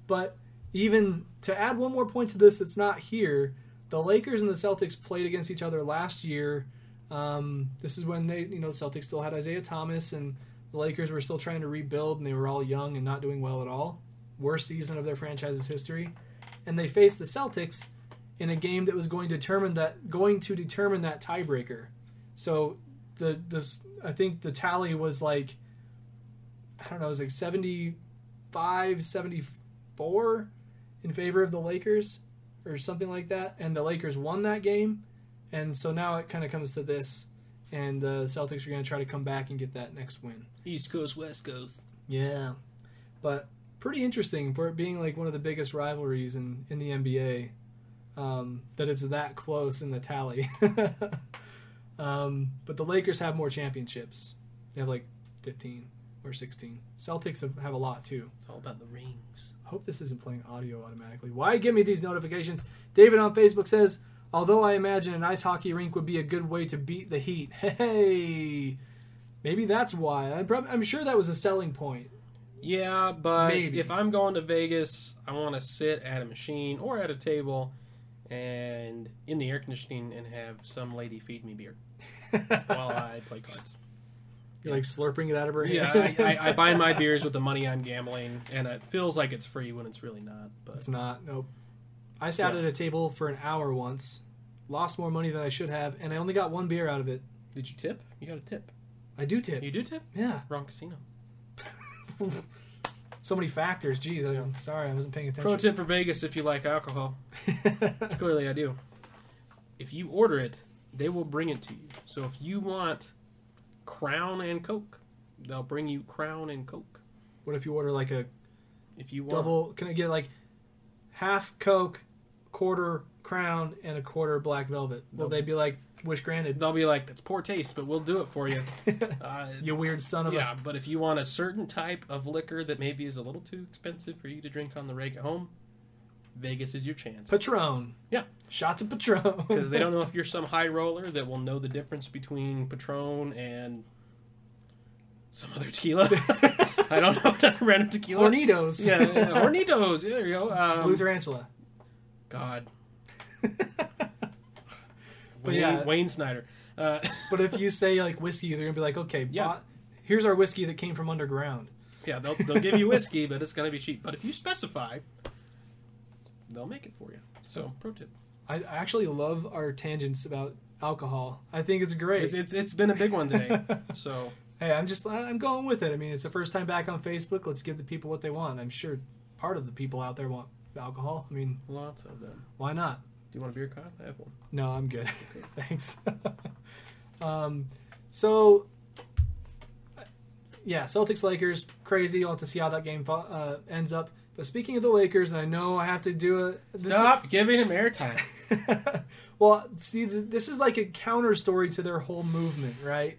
Speaker 1: But even to add one more point to this, that's not here. The Lakers and the Celtics played against each other last year. Um, this is when they, you know, Celtics still had Isaiah Thomas, and the Lakers were still trying to rebuild, and they were all young and not doing well at all. Worst season of their franchise's history, and they faced the Celtics in a game that was going to determine that going to determine that tiebreaker. So the this I think the tally was like I don't know, it was like 75, 74 in favor of the Lakers or something like that. And the Lakers won that game. And so now it kind of comes to this. And uh, the Celtics are going to try to come back and get that next win.
Speaker 2: East Coast, West Coast.
Speaker 1: Yeah. But pretty interesting for it being like one of the biggest rivalries in, in the NBA um, that it's that close in the tally. um, but the Lakers have more championships. They have like 15 or 16. Celtics have, have a lot too.
Speaker 2: It's all about the rings.
Speaker 1: I hope this isn't playing audio automatically. Why give me these notifications? David on Facebook says, although I imagine an ice hockey rink would be a good way to beat the heat. Hey, maybe that's why. I'm, prob- I'm sure that was a selling point.
Speaker 2: Yeah, but
Speaker 1: Maybe.
Speaker 2: if I'm going to Vegas, I want to sit at a machine or at a table and in the air conditioning and have some lady feed me beer while I play cards.
Speaker 1: You're like slurping it out of her
Speaker 2: Yeah,
Speaker 1: hand.
Speaker 2: I, I, I buy my beers with the money I'm gambling, and it feels like it's free when it's really not. But
Speaker 1: It's not. Nope. I sat
Speaker 2: Yeah.
Speaker 1: at a table for an hour once, lost more money than I should have, and I only got one beer out of it.
Speaker 2: did you tip? You got a tip.
Speaker 1: I do tip.
Speaker 2: You do tip?
Speaker 1: yeah.
Speaker 2: Wrong casino.
Speaker 1: So many factors. Jeez, I'm sorry I wasn't paying
Speaker 2: Pro
Speaker 1: attention.
Speaker 2: tip for Vegas if you like alcohol. Clearly, I do. If you order it, they will bring it to you. So if you want Crown and Coke, they'll bring you Crown and Coke.
Speaker 1: what if you order like a
Speaker 2: If you want,
Speaker 1: double? Can I get like half Coke, quarter Crown, and a quarter Black Velvet? Will
Speaker 2: Nope.
Speaker 1: they be like, wish granted,
Speaker 2: they'll be like, "That's poor taste, but we'll do it for you." Uh,
Speaker 1: you weird son of
Speaker 2: yeah, but if you want a certain type of liquor that maybe is a little too expensive for you to drink on the reg at home, Vegas is your
Speaker 1: a
Speaker 2: chance
Speaker 1: Patron?
Speaker 2: Yeah.
Speaker 1: Shots of Patron.
Speaker 2: because they don't know if you're some high roller that will know the difference between Patron and some other tequila. I don't know, another random tequila.
Speaker 1: Hornitos.
Speaker 2: yeah, yeah, yeah. Hornitos. There you go. Um,
Speaker 1: Blue tarantula.
Speaker 2: God.
Speaker 1: But
Speaker 2: Wayne,
Speaker 1: yeah.
Speaker 2: Wayne Snyder. Uh,
Speaker 1: But if you say like whiskey, they're gonna be like, okay,
Speaker 2: Yeah.
Speaker 1: bought- here's our whiskey that came from underground.
Speaker 2: yeah, they'll, they'll give you whiskey, but it's going to be cheap. But if you specify, they'll make it for you. So, pro tip.
Speaker 1: I I actually love our tangents about alcohol. I think it's great.
Speaker 2: It's, it's, it's been a big one today. So,
Speaker 1: hey, I'm just I'm going with it. I mean, it's the first time back on Facebook. Let's give the people what they want. I'm sure part of the people out there want alcohol. I mean,
Speaker 2: lots of them.
Speaker 1: why not?
Speaker 2: Do you want a beer, Kyle? I have one.
Speaker 1: No, I'm good. Thanks. um, so, yeah, Celtics Lakers, crazy. I'll have to see how that game fo- uh, ends up. But speaking of the Lakers, and I know I have to do it. this-
Speaker 2: Stop giving him airtime.
Speaker 1: well, see, th- this is like a counter story to their whole movement, right?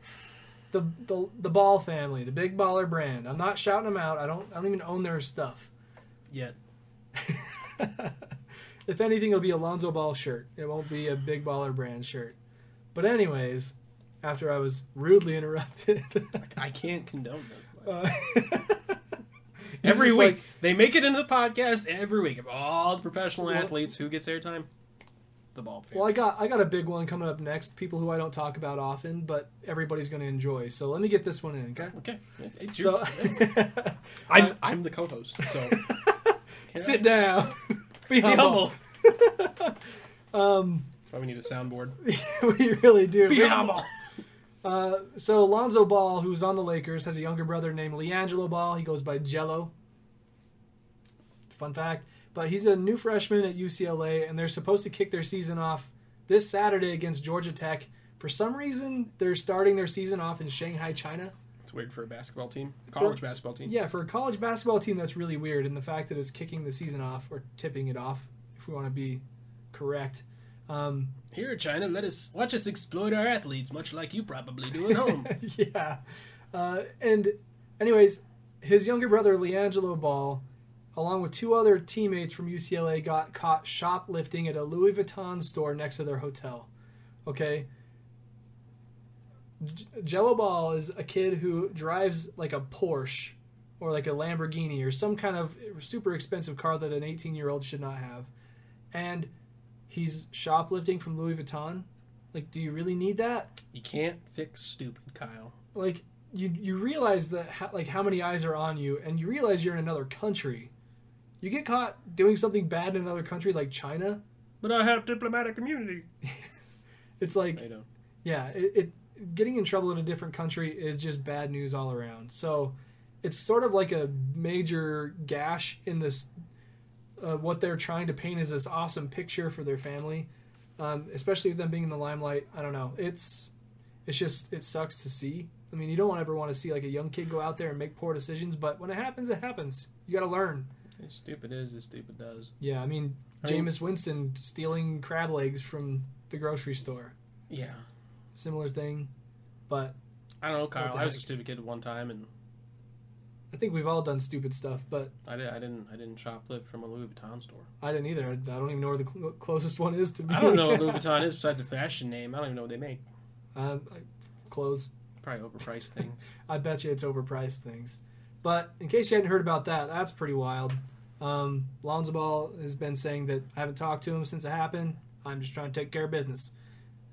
Speaker 1: The, the the Ball family, the Big Baller brand. I'm not shouting them out. I don't I don't even own their stuff.
Speaker 2: Yet.
Speaker 1: If anything, it'll be a Lonzo Ball shirt. It won't be a Big Baller brand shirt. But anyways, after I was rudely interrupted,
Speaker 2: I can't condone this. Like,
Speaker 1: uh,
Speaker 2: every
Speaker 1: just
Speaker 2: week
Speaker 1: like-
Speaker 2: they make it into the podcast. Every week of all the professional
Speaker 1: Well-
Speaker 2: athletes who gets airtime, the ball. fan.
Speaker 1: well, I got I got a big one coming up next. People who I don't talk about often, but everybody's going to enjoy. So let me get this one in, okay?
Speaker 2: okay, it's
Speaker 1: So
Speaker 2: your, I'm I'm the co-host, so
Speaker 1: sit down, be
Speaker 2: Be
Speaker 1: humble.
Speaker 2: humble. um, probably need a soundboard.
Speaker 1: we really do.
Speaker 2: Be humble.
Speaker 1: Uh, so Lonzo Ball, who's on the Lakers, has a younger brother named LiAngelo Ball. He goes by Jello. Fun fact. But he's a new freshman at UCLA, and they're supposed to kick their season off this Saturday against Georgia Tech. For some reason, they're starting their season off in Shanghai, China.
Speaker 2: It's weird for a basketball team, college basketball team.
Speaker 1: Yeah, for a college basketball team, that's really weird. And the fact that it's kicking the season off or tipping it off, if we want to be correct. Um,
Speaker 2: Here, China, let us watch us exploit our athletes, much like you probably do at home.
Speaker 1: yeah. Uh, and, anyways, his younger brother, LiAngelo Ball, along with two other teammates from UCLA, got caught shoplifting at a Louis Vuitton store next to their hotel. Okay. J- Jello Ball is a kid who drives like a Porsche or like a Lamborghini or some kind of super expensive car that an 18 year old should not have. And he's shoplifting from Louis Vuitton. Like, do you really need that?
Speaker 2: you can't fix stupid, Kyle.
Speaker 1: like you you realize that ho- like how many eyes are on you and you realize you're in another country you get caught doing something bad in another country like china
Speaker 2: But I have diplomatic immunity.
Speaker 1: it's like
Speaker 2: I don't.
Speaker 1: yeah it, it getting in trouble in a different country is just bad news all around so it's sort of like a major gash in this uh, what they're trying to paint is this awesome picture for their family um, especially with them being in the limelight i don't know it's it's just it sucks to see i mean you don't ever want to see like a young kid go out there and make poor decisions but when it happens it happens you got to learn
Speaker 2: As stupid is, as stupid does.
Speaker 1: yeah i mean
Speaker 2: I mean-
Speaker 1: Jameis Winston stealing crab legs from the grocery store.
Speaker 2: Yeah.
Speaker 1: Similar thing. But
Speaker 2: I don't know, Kyle.
Speaker 1: the
Speaker 2: I was a
Speaker 1: heck?
Speaker 2: stupid kid one time, and
Speaker 1: I think we've all done stupid stuff, but
Speaker 2: I, did, I didn't. I didn't shoplift from a Louis Vuitton store.
Speaker 1: I didn't either. I don't even know where the cl- closest one is to me.
Speaker 2: I don't know what Louis Vuitton is besides a fashion name. I don't even know what they make.
Speaker 1: Uh, I- clothes.
Speaker 2: Probably overpriced things.
Speaker 1: I bet you it's overpriced things. But in case you hadn't heard about that, that's pretty wild. Um, Lonzo Ball has been saying that I haven't talked to him since it happened. I'm just trying to take care of business.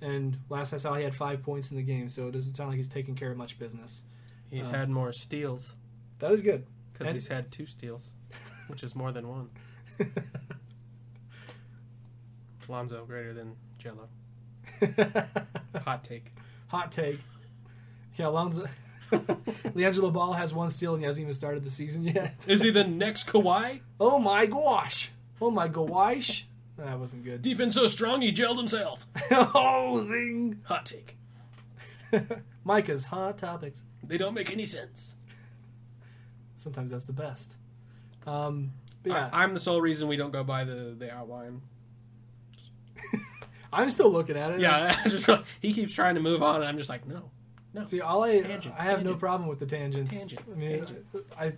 Speaker 1: And last I saw, he had five points in the game, so it doesn't sound like he's taking care of much business.
Speaker 2: He's
Speaker 1: Uh,
Speaker 2: had more steals
Speaker 1: That is good.
Speaker 2: because
Speaker 1: and-
Speaker 2: he's had two steals, which is more than one. Lonzo greater than Jello. Hot take.
Speaker 1: Hot take. Yeah, Lonzo. LiAngelo Ball has one steal and he hasn't even started the season yet.
Speaker 2: Is he the next Kawhi?
Speaker 1: Oh my gosh. Oh my gosh. That wasn't good.
Speaker 2: Defense so strong he gelled himself.
Speaker 1: oh, zing.
Speaker 2: Hot take.
Speaker 1: Micah's hot topics.
Speaker 2: They don't make any sense.
Speaker 1: Sometimes that's the best. Um, but yeah,
Speaker 2: I, am the sole reason we don't go by the the outline.
Speaker 1: I, am still looking at it.
Speaker 2: Yeah, I just, he keeps trying to move on, and I'm just like, no.
Speaker 1: See, all I
Speaker 2: Tangent,
Speaker 1: I have no
Speaker 2: tangent.
Speaker 1: problem with the tangents.
Speaker 2: Tangent,
Speaker 1: I mean,
Speaker 2: tangent.
Speaker 1: I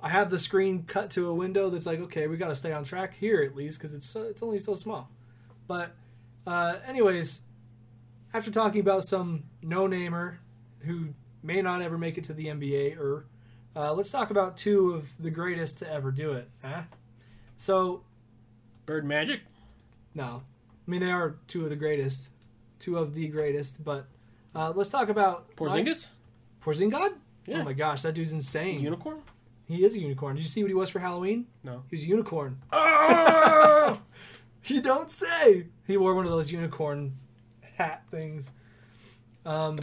Speaker 1: I have the screen cut to a window that's like, okay, we got to stay on track here at least because it's so, it's only so small. But uh, anyways, after talking about some no-namer who may not ever make it to the NBA, or uh, let's talk about two of the greatest to ever do it. Huh? So
Speaker 2: Bird magic.
Speaker 1: no. I mean, they are two of the greatest, two of the greatest. But uh, let's talk about
Speaker 2: Porzingis.
Speaker 1: Porzingis.
Speaker 2: Yeah.
Speaker 1: Oh my gosh, that dude's insane.
Speaker 2: Unicorn.
Speaker 1: he is a unicorn. Did you see what he was for Halloween?
Speaker 2: No.
Speaker 1: He was a unicorn. Ah!
Speaker 2: Oh!
Speaker 1: You don't say. He wore one of those unicorn hat things. Um,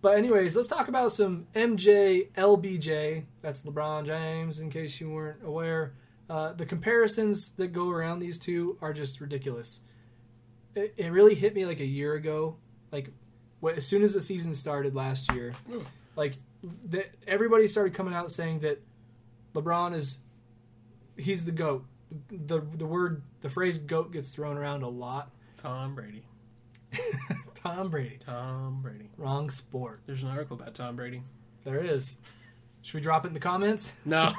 Speaker 1: but anyways, let's talk about some MJ LBJ. That's LeBron James, in case you weren't aware. Uh, the comparisons that go around these two are just ridiculous. It, it really hit me like a year ago. Like, wh- as soon as the season started last year,
Speaker 2: Ugh.
Speaker 1: like the, everybody started coming out saying that LeBron is he's the goat. The the word the phrase goat gets thrown around a lot.
Speaker 2: Tom Brady.
Speaker 1: Tom Brady.
Speaker 2: Tom Brady.
Speaker 1: Wrong sport.
Speaker 2: There's an article about Tom Brady.
Speaker 1: There it is. Should we drop it in the comments?
Speaker 2: No.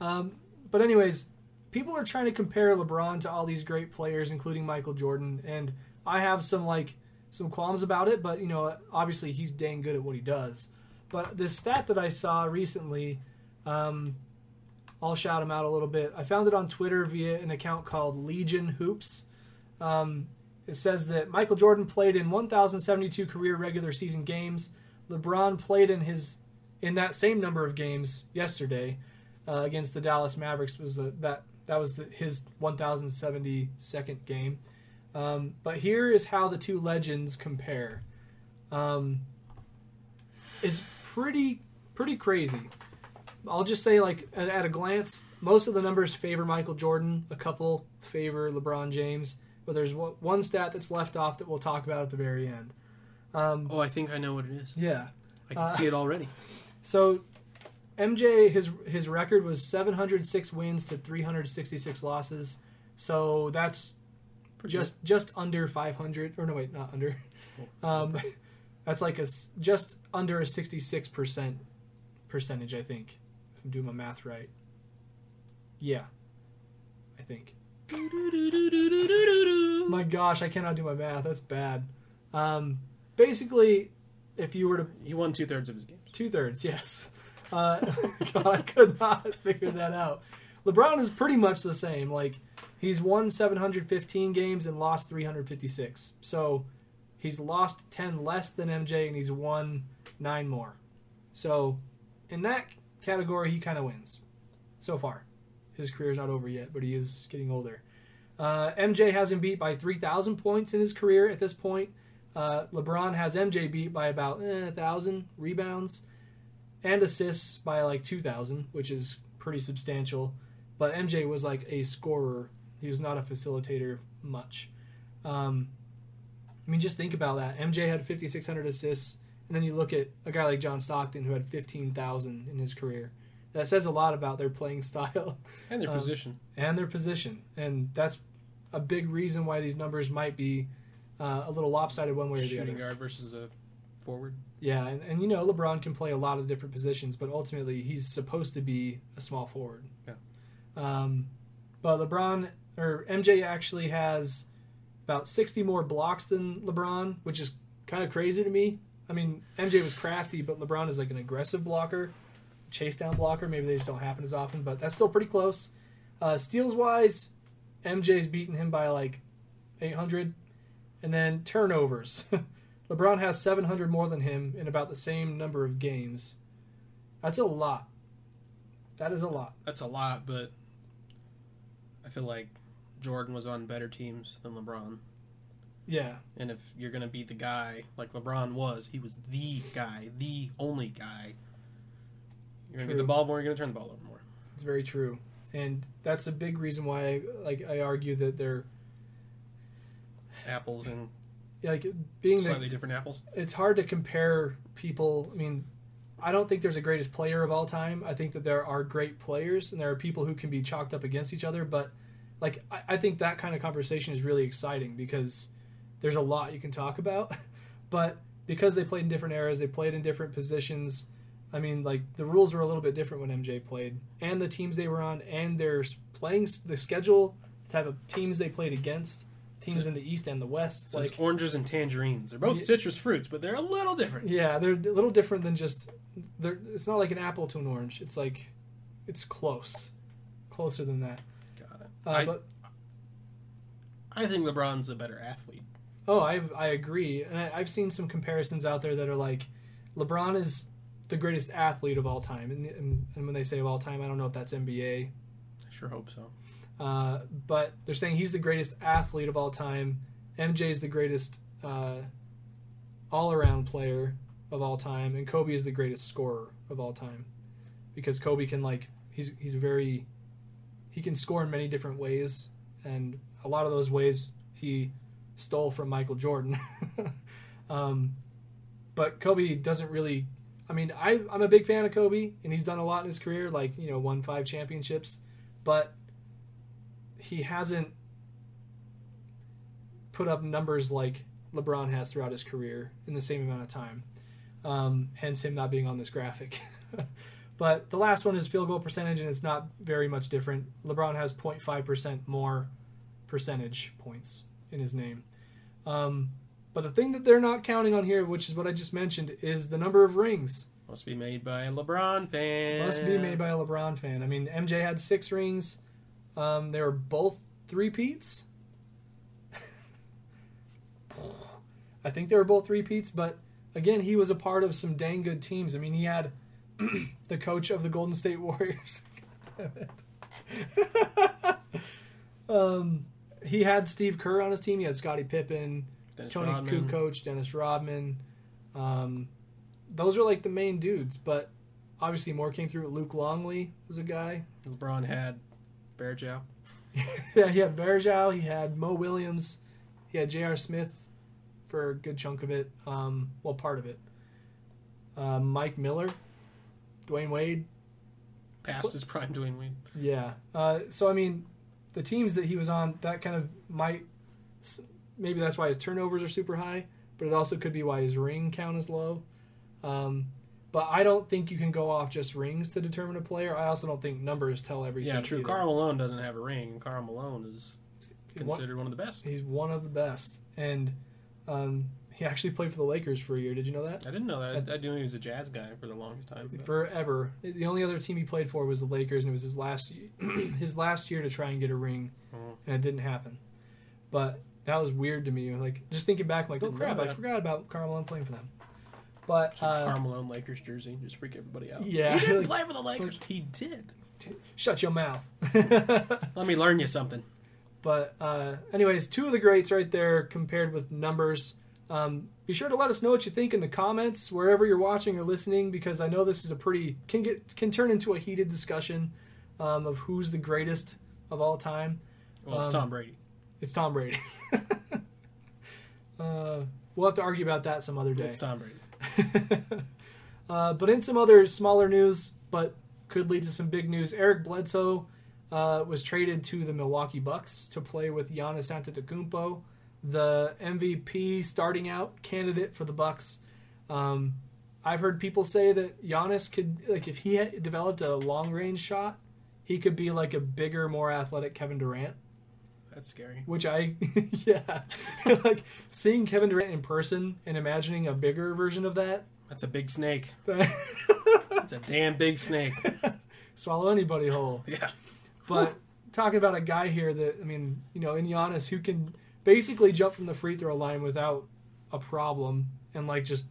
Speaker 1: Um, But anyways, people are trying to compare LeBron to all these great players, including Michael Jordan, and I have some like some qualms about it. But you know, obviously he's dang good at what he does. But this stat that I saw recently, um, I'll shout him out a little bit. I found it on Twitter via an account called Legion Hoops. Um, it says that Michael Jordan played in 1,072 career regular season games. LeBron played in his in that same number of games yesterday uh, against the Dallas Mavericks was the, that that was the, his 1,072nd game. Um, but here is how the two legends compare. Um, it's pretty pretty crazy. I'll just say, like at, at a glance, most of the numbers favor Michael Jordan. A couple favor LeBron James, but there's one one stat that's left off that we'll talk about at the very end. Um,
Speaker 2: Oh, I think I know what it is.
Speaker 1: yeah.
Speaker 2: I can
Speaker 1: Uh,
Speaker 2: see it already.
Speaker 1: So MJ his his record was 706 wins to 366 losses. So that's just just under 500 or no wait, not under. Um, that's like a s- just under a 66% percentage, I think. If I'm doing my math right. Yeah. I think. My gosh, I cannot do my math. That's bad. Um, basically, if you were to
Speaker 2: He won two thirds of his games.
Speaker 1: Two thirds, yes. Uh, God, I could not figure that out. LeBron is pretty much the same. Like he's won 715 games and lost 356. So he's lost 10 less than MJ and he's won nine more. So in that category, he kind of wins so far. His career's not over yet, but he is getting older. Uh, MJ has him beat by 3,000 points in his career at this point. Uh, LeBron has MJ beat by about eh, 1,000 rebounds and assists by like 2,000, which is pretty substantial. But MJ was like a scorer, he was not a facilitator much. Um, I mean, just think about that. MJ had 5,600 assists, and then you look at a guy like John Stockton who had 15,000 in his career. That says a lot about their playing style
Speaker 2: And their
Speaker 1: Um,
Speaker 2: position.
Speaker 1: and their position. And that's a big reason why these numbers might be uh, a little lopsided one way or the other.
Speaker 2: Shooting guard versus a forward.
Speaker 1: Yeah, and, and you know, LeBron can play a lot of different positions, but ultimately he's supposed to be a small forward.
Speaker 2: Yeah.
Speaker 1: Um, but LeBron or MJ actually has about 60 more blocks than LeBron, which is kind of crazy to me. I mean, MJ was crafty, but LeBron is like an aggressive blocker, chase down blocker. Maybe they just don't happen as often, but that's still pretty close. Uh, steals wise, MJ's beaten him by like 800. And then turnovers. LeBron has 700 more than him in about the same number of games. That's a lot. That is a lot.
Speaker 2: That's a lot, but I feel like Jordan was on better teams than LeBron.
Speaker 1: Yeah.
Speaker 2: And if you're going to be the guy, like LeBron was, he was the guy, the only guy. You're going to get the
Speaker 1: True.
Speaker 2: ball more, you're going to turn the ball over more.
Speaker 1: It's very true, and that's a big reason why, like, I argue that they're
Speaker 2: Apples and
Speaker 1: like being
Speaker 2: slightly
Speaker 1: the.
Speaker 2: different apples.
Speaker 1: It's hard to compare people. I mean, I don't think there's a greatest player of all time. I think that there are great players, and there are people who can be chalked up against each other. But like, I, I think that kind of conversation is really exciting because there's a lot you can talk about. but because they played in different eras, they played in different positions. I mean, like the rules were a little bit different when MJ played, and the teams they were on, and their s- playing s- the schedule, the type of teams they played against, teams
Speaker 2: So-
Speaker 1: in the East and the West.
Speaker 2: So
Speaker 1: like
Speaker 2: it's oranges and tangerines. They're both
Speaker 1: Ye-
Speaker 2: citrus fruits, but they're a little different.
Speaker 1: yeah, they're a little different than just. They're, it's not like an apple to an orange. It's like, it's close, closer than that.
Speaker 2: Got it.
Speaker 1: Uh,
Speaker 2: I-
Speaker 1: but
Speaker 2: I think LeBron's a better athlete.
Speaker 1: oh, I I agree, and I, I've seen some comparisons out there that are like, LeBron is the greatest athlete of all time, and and, and when they say of all time, I don't know if that's NBA,
Speaker 2: I sure hope so.
Speaker 1: uh, but they're saying he's the greatest athlete of all time. MJ's the greatest uh, all-around player of all time, and Kobe is the greatest scorer of all time because Kobe can like he's he's very he can score in many different ways, and a lot of those ways he stole from Michael Jordan. um, but Kobe doesn't really. I mean, I, I'm a big fan of Kobe, and he's done a lot in his career, like you know, won five championships, but he hasn't put up numbers like LeBron has throughout his career in the same amount of time. Um, hence him not being on this graphic. but the last one is field goal percentage, and it's not very much different. LeBron has 0.5% more percentage points in his name. Um, but the thing that they're not counting on here, which is what I just mentioned, is the number of rings.
Speaker 2: Must be made by a LeBron fan.
Speaker 1: Must be made by a LeBron fan. I mean, MJ had six rings. Um, they were both three peats. I think they were both three peats, but again, he was a part of some dang good teams. I mean, he had the coach of the Golden State Warriors. God damn it. um, he had Steve Kerr on his team. He had Scottie Pippen,
Speaker 2: Dennis
Speaker 1: Tony
Speaker 2: Rodman.
Speaker 1: Kukoc, Dennis Rodman. Um, those are like the main dudes, but obviously more came through. Luke Longley was a guy.
Speaker 2: LeBron had Bear Jow.
Speaker 1: yeah, he had Verjao, he had Mo Williams, he had J.R. Smith for a good chunk of it. Um, well, part of it. Uh, Mike Miller, Dwayne Wade.
Speaker 2: Past his prime Dwayne Wade.
Speaker 1: Yeah. Uh, so I mean, the teams that he was on, that kind of might, s- maybe that's why his turnovers are super high, but it also could be why his ring count is low. Um, but I don't think you can go off just rings to determine a player. I also don't think numbers tell everything.
Speaker 2: Yeah, true.
Speaker 1: either.
Speaker 2: Carl Malone doesn't have a ring, and Carl Malone is considered one of the best.
Speaker 1: He's one of the best, and um, he actually played for the Lakers for a year. Did you know that?
Speaker 2: I didn't know that. I, I knew he was a jazz guy for the longest time. but-
Speaker 1: forever. The only other team he played for was the Lakers, and it was his last his last year to try and get a ring,
Speaker 2: Mhm.
Speaker 1: and it didn't happen. But that was weird to me. Like just thinking back, I'm like oh
Speaker 2: Didn't know
Speaker 1: crap, I
Speaker 2: that.
Speaker 1: forgot about Carmelo playing for them. But uh,
Speaker 2: Karl Malone Lakers jersey, just freak everybody out.
Speaker 1: Yeah.
Speaker 2: he didn't play for the Lakers. He did.
Speaker 1: shut your mouth.
Speaker 2: Let me learn you something.
Speaker 1: but uh, anyways, two of the greats right there compared with numbers. Um, be sure to let us know what you think in the comments wherever you're watching or listening, because I know this is a pretty can get can turn into a heated discussion um, of who's the greatest of all time.
Speaker 2: Well, it's
Speaker 1: Um,
Speaker 2: Tom Brady.
Speaker 1: It's Tom Brady. uh, we'll have to argue about that some other day.
Speaker 2: It's Tom Brady.
Speaker 1: Uh, but in some other smaller news, but could lead to some big news, Eric Bledsoe uh, was traded to the Milwaukee Bucks to play with Giannis Antetokounmpo, the MVP starting out candidate for the Bucks. Um, I've heard people say that Giannis could, like, if he had developed a long range shot, he could be like a bigger, more athletic Kevin Durant.
Speaker 2: That's scary.
Speaker 1: which I yeah, like seeing Kevin Durant in person and imagining a bigger version of that.
Speaker 2: That's a big snake. That's a damn big snake.
Speaker 1: swallow anybody whole.
Speaker 2: Yeah.
Speaker 1: But talking about a guy here that I mean, you know, in Giannis who can basically jump from the free throw line without a problem and like just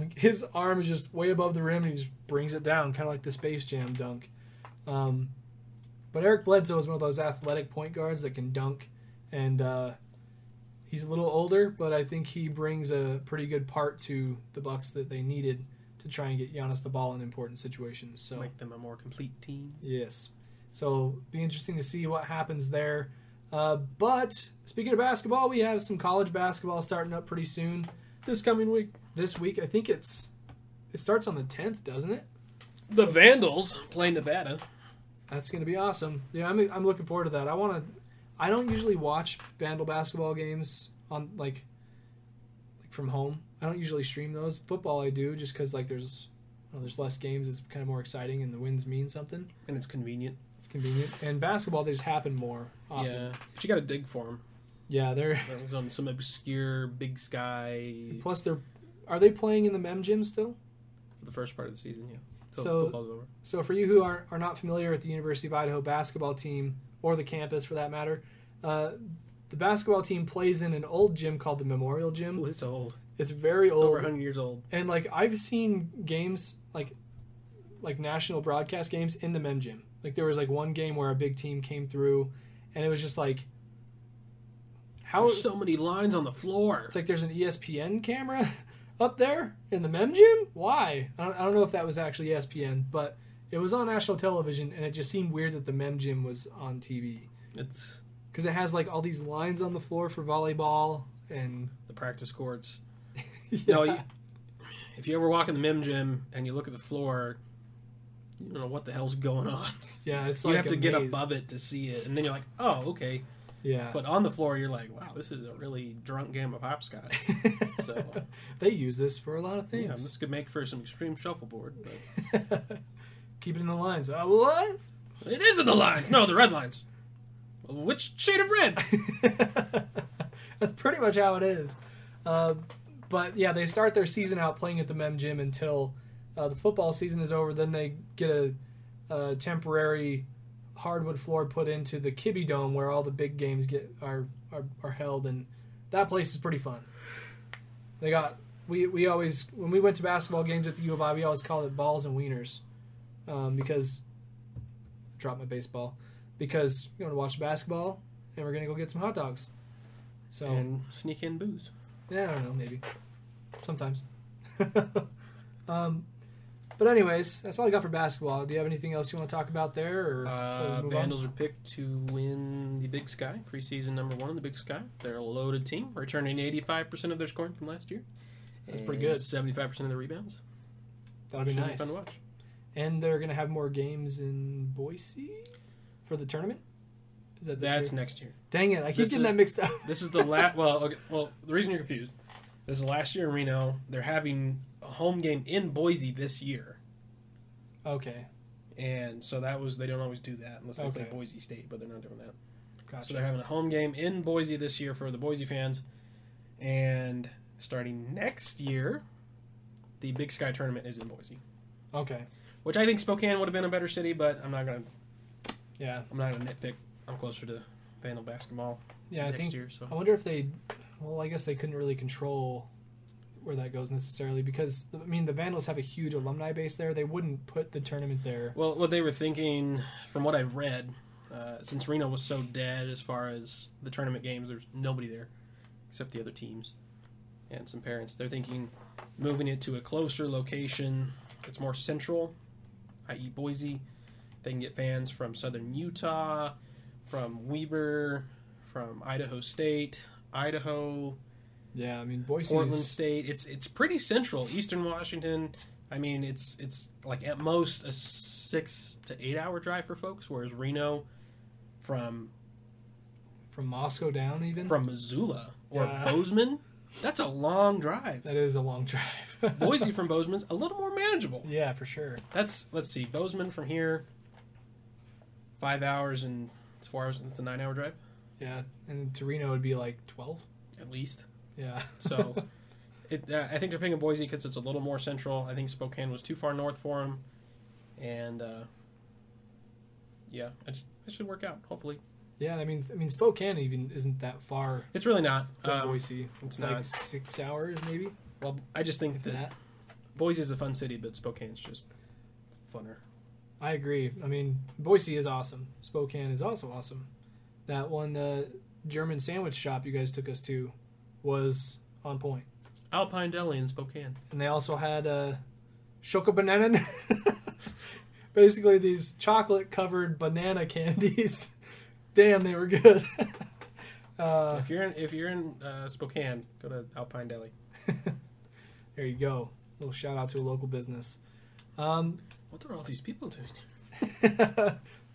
Speaker 1: like his arm is just way above the rim and he just brings it down, kind of like the Space Jam dunk. Um, but Eric Bledsoe is one of those athletic point guards that can dunk, and uh, he's a little older, but I think he brings a pretty good part to the Bucks that they needed to try and get Giannis the ball in important situations. So
Speaker 2: Make them a more complete team.
Speaker 1: Yes. So be interesting to see what happens there. Uh, but speaking of basketball, we have some college basketball starting up pretty soon.
Speaker 2: This coming week,
Speaker 1: This week, I think it's it starts on the tenth, doesn't it?
Speaker 2: the Vandals play Nevada.
Speaker 1: That's going to be awesome. Yeah, I'm, I'm looking forward to that. I want to. I don't usually watch Vandal basketball games on like like from home. I don't usually stream those. Football, I do just because like there's well, there's less games. It's kind of more exciting, and the wins mean something.
Speaker 2: And it's convenient.
Speaker 1: It's convenient. And basketball, they just happen more often.
Speaker 2: Yeah. But you got to dig for them.
Speaker 1: yeah they're
Speaker 2: That was on some obscure big sky
Speaker 1: Plus, they're are they playing in the Mem Gym still?
Speaker 2: for the first part of the season. Yeah. Till
Speaker 1: So-
Speaker 2: football's over.
Speaker 1: So, for you who are, are not familiar with the University of Idaho basketball team or the campus for that matter, uh, the basketball team plays in an old gym called the Memorial
Speaker 2: Ooh,
Speaker 1: Gym.
Speaker 2: it's old.
Speaker 1: It's very
Speaker 2: It's over
Speaker 1: old,
Speaker 2: 100 years old.
Speaker 1: and like I've seen games like like national broadcast games in the Mem Gym. Like there was like one game where a big team came through, and it was just like how
Speaker 2: There's so many lines on the floor.
Speaker 1: It's like there's an E ESPN camera up there in the mem gym. Why? I don't, I don't know if that was actually E ESPN, but it was on national television, and it just seemed weird that the mem gym was on TV
Speaker 2: It's
Speaker 1: because it has like all these lines on the floor for volleyball and
Speaker 2: the practice courts. No, you, if you ever walk in the mem gym and you look at the floor, you don't know what the hell's going on.
Speaker 1: yeah, it's
Speaker 2: you
Speaker 1: like
Speaker 2: have
Speaker 1: a
Speaker 2: to get
Speaker 1: maze.
Speaker 2: above it to see it, and then you're like, oh, okay.
Speaker 1: Yeah,
Speaker 2: But on the floor, you're like, wow, this is a really drunk game of hopscotch. so uh,
Speaker 1: they use this for a lot of
Speaker 2: yeah,
Speaker 1: things.
Speaker 2: this could make for some extreme shuffleboard. But
Speaker 1: Keep it in the lines. Uh, what?
Speaker 2: it isn't the lines. No, the red lines. Which shade of red?
Speaker 1: That's pretty much how it is. Uh, but yeah, they start their season out playing at the Mem Gym until uh, the football season is over. Then they get a, a temporary hardwood floor put into the Kibbe Dome where all the big games get are, are, are held, and that place is pretty fun. They got we we always when we went to basketball games at the U of I, we always called it balls and wieners, um, because drop my baseball because we're going to watch basketball and we're going to go get some hot dogs. So
Speaker 2: And sneak in booze.
Speaker 1: yeah, I don't know, maybe sometimes. um, but anyways, that's all I got for basketball. Do you have anything else you want to talk about there? Or
Speaker 2: Uh,
Speaker 1: or move on?
Speaker 2: Vandals are picked to win the Big Sky, preseason number one in the Big Sky. They're a loaded team, returning 85% of their scoring from last year.
Speaker 1: That's pretty
Speaker 2: And
Speaker 1: good.
Speaker 2: 75% of the rebounds.
Speaker 1: That'd be
Speaker 2: Should
Speaker 1: nice.
Speaker 2: fun to watch.
Speaker 1: And they're gonna have more games in Boise for the tournament. Is that this
Speaker 2: That's
Speaker 1: year?
Speaker 2: next year.
Speaker 1: Dang it! I keep
Speaker 2: this
Speaker 1: getting
Speaker 2: is-
Speaker 1: that mixed up.
Speaker 2: This is the last. well, okay, well, the reason you're confused. This is last year in Reno. They're having a home game in Boise this year,
Speaker 1: okay,
Speaker 2: and so that was they don't always do that unless they play
Speaker 1: Okay.
Speaker 2: Boise State, but they're not doing that. So
Speaker 1: gotcha.
Speaker 2: they're having a home game in Boise this year for the Boise fans. And starting next year, the Big Sky tournament is in Boise,
Speaker 1: Okay,
Speaker 2: which I think Spokane would have been a better city, but I'm not gonna
Speaker 1: yeah,
Speaker 2: I'm not gonna nitpick. I'm closer to Vandal basketball
Speaker 1: yeah. I
Speaker 2: next
Speaker 1: think.
Speaker 2: year, so
Speaker 1: I wonder if they. Well, I guess they couldn't really control where that goes necessarily because I mean the Vandals have a huge alumni base there. They wouldn't put the tournament there.
Speaker 2: Well, what they were thinking, from what I've read, uh, since Reno was so dead as far as the tournament games, there's nobody there except the other teams and some parents. They're thinking moving it to a closer location that's more central, i.e., Boise. They can get fans from southern Utah, from Weber, from Idaho State, Idaho,
Speaker 1: Yeah, I mean Boise.
Speaker 2: Portland State. It's it's pretty central, Eastern Washington. I mean, it's it's like at most a six to eight hour drive for folks, whereas Reno from
Speaker 1: from Moscow down even.
Speaker 2: from Missoula or
Speaker 1: Yeah.
Speaker 2: Bozeman, that's a long drive.
Speaker 1: that is a long drive.
Speaker 2: Boise from Bozeman's a little more manageable.
Speaker 1: Yeah, for sure.
Speaker 2: That's let's see, Bozeman from here, five hours and it's four hours. It's a nine hour drive
Speaker 1: Yeah, and Torino would be like twelve.
Speaker 2: at least.
Speaker 1: Yeah.
Speaker 2: So, it, uh, I think they're picking Boise because it's a little more central. I think Spokane was too far north for them, and uh, yeah, it, just, it should work out. Hopefully,
Speaker 1: yeah, I mean, I mean Spokane even isn't that far
Speaker 2: it's really not.
Speaker 1: from
Speaker 2: Um,
Speaker 1: Boise. It's,
Speaker 2: it's
Speaker 1: like
Speaker 2: not.
Speaker 1: six hours maybe.
Speaker 2: Well, I just think
Speaker 1: If
Speaker 2: that
Speaker 1: that.
Speaker 2: Boise is a fun city, but Spokane's just funner.
Speaker 1: I agree. I mean, Boise is awesome. Spokane is also awesome. That one uh, German sandwich shop you guys took us to was on point,
Speaker 2: Alpine Deli in Spokane.
Speaker 1: and they also had uh, Schokobananen. Basically, these chocolate covered banana candies. Damn, they were good. uh,
Speaker 2: if you're in, if you're in uh, Spokane, go to Alpine Deli.
Speaker 1: There you go. little shout out to a local business. Um,
Speaker 2: What are all these people doing?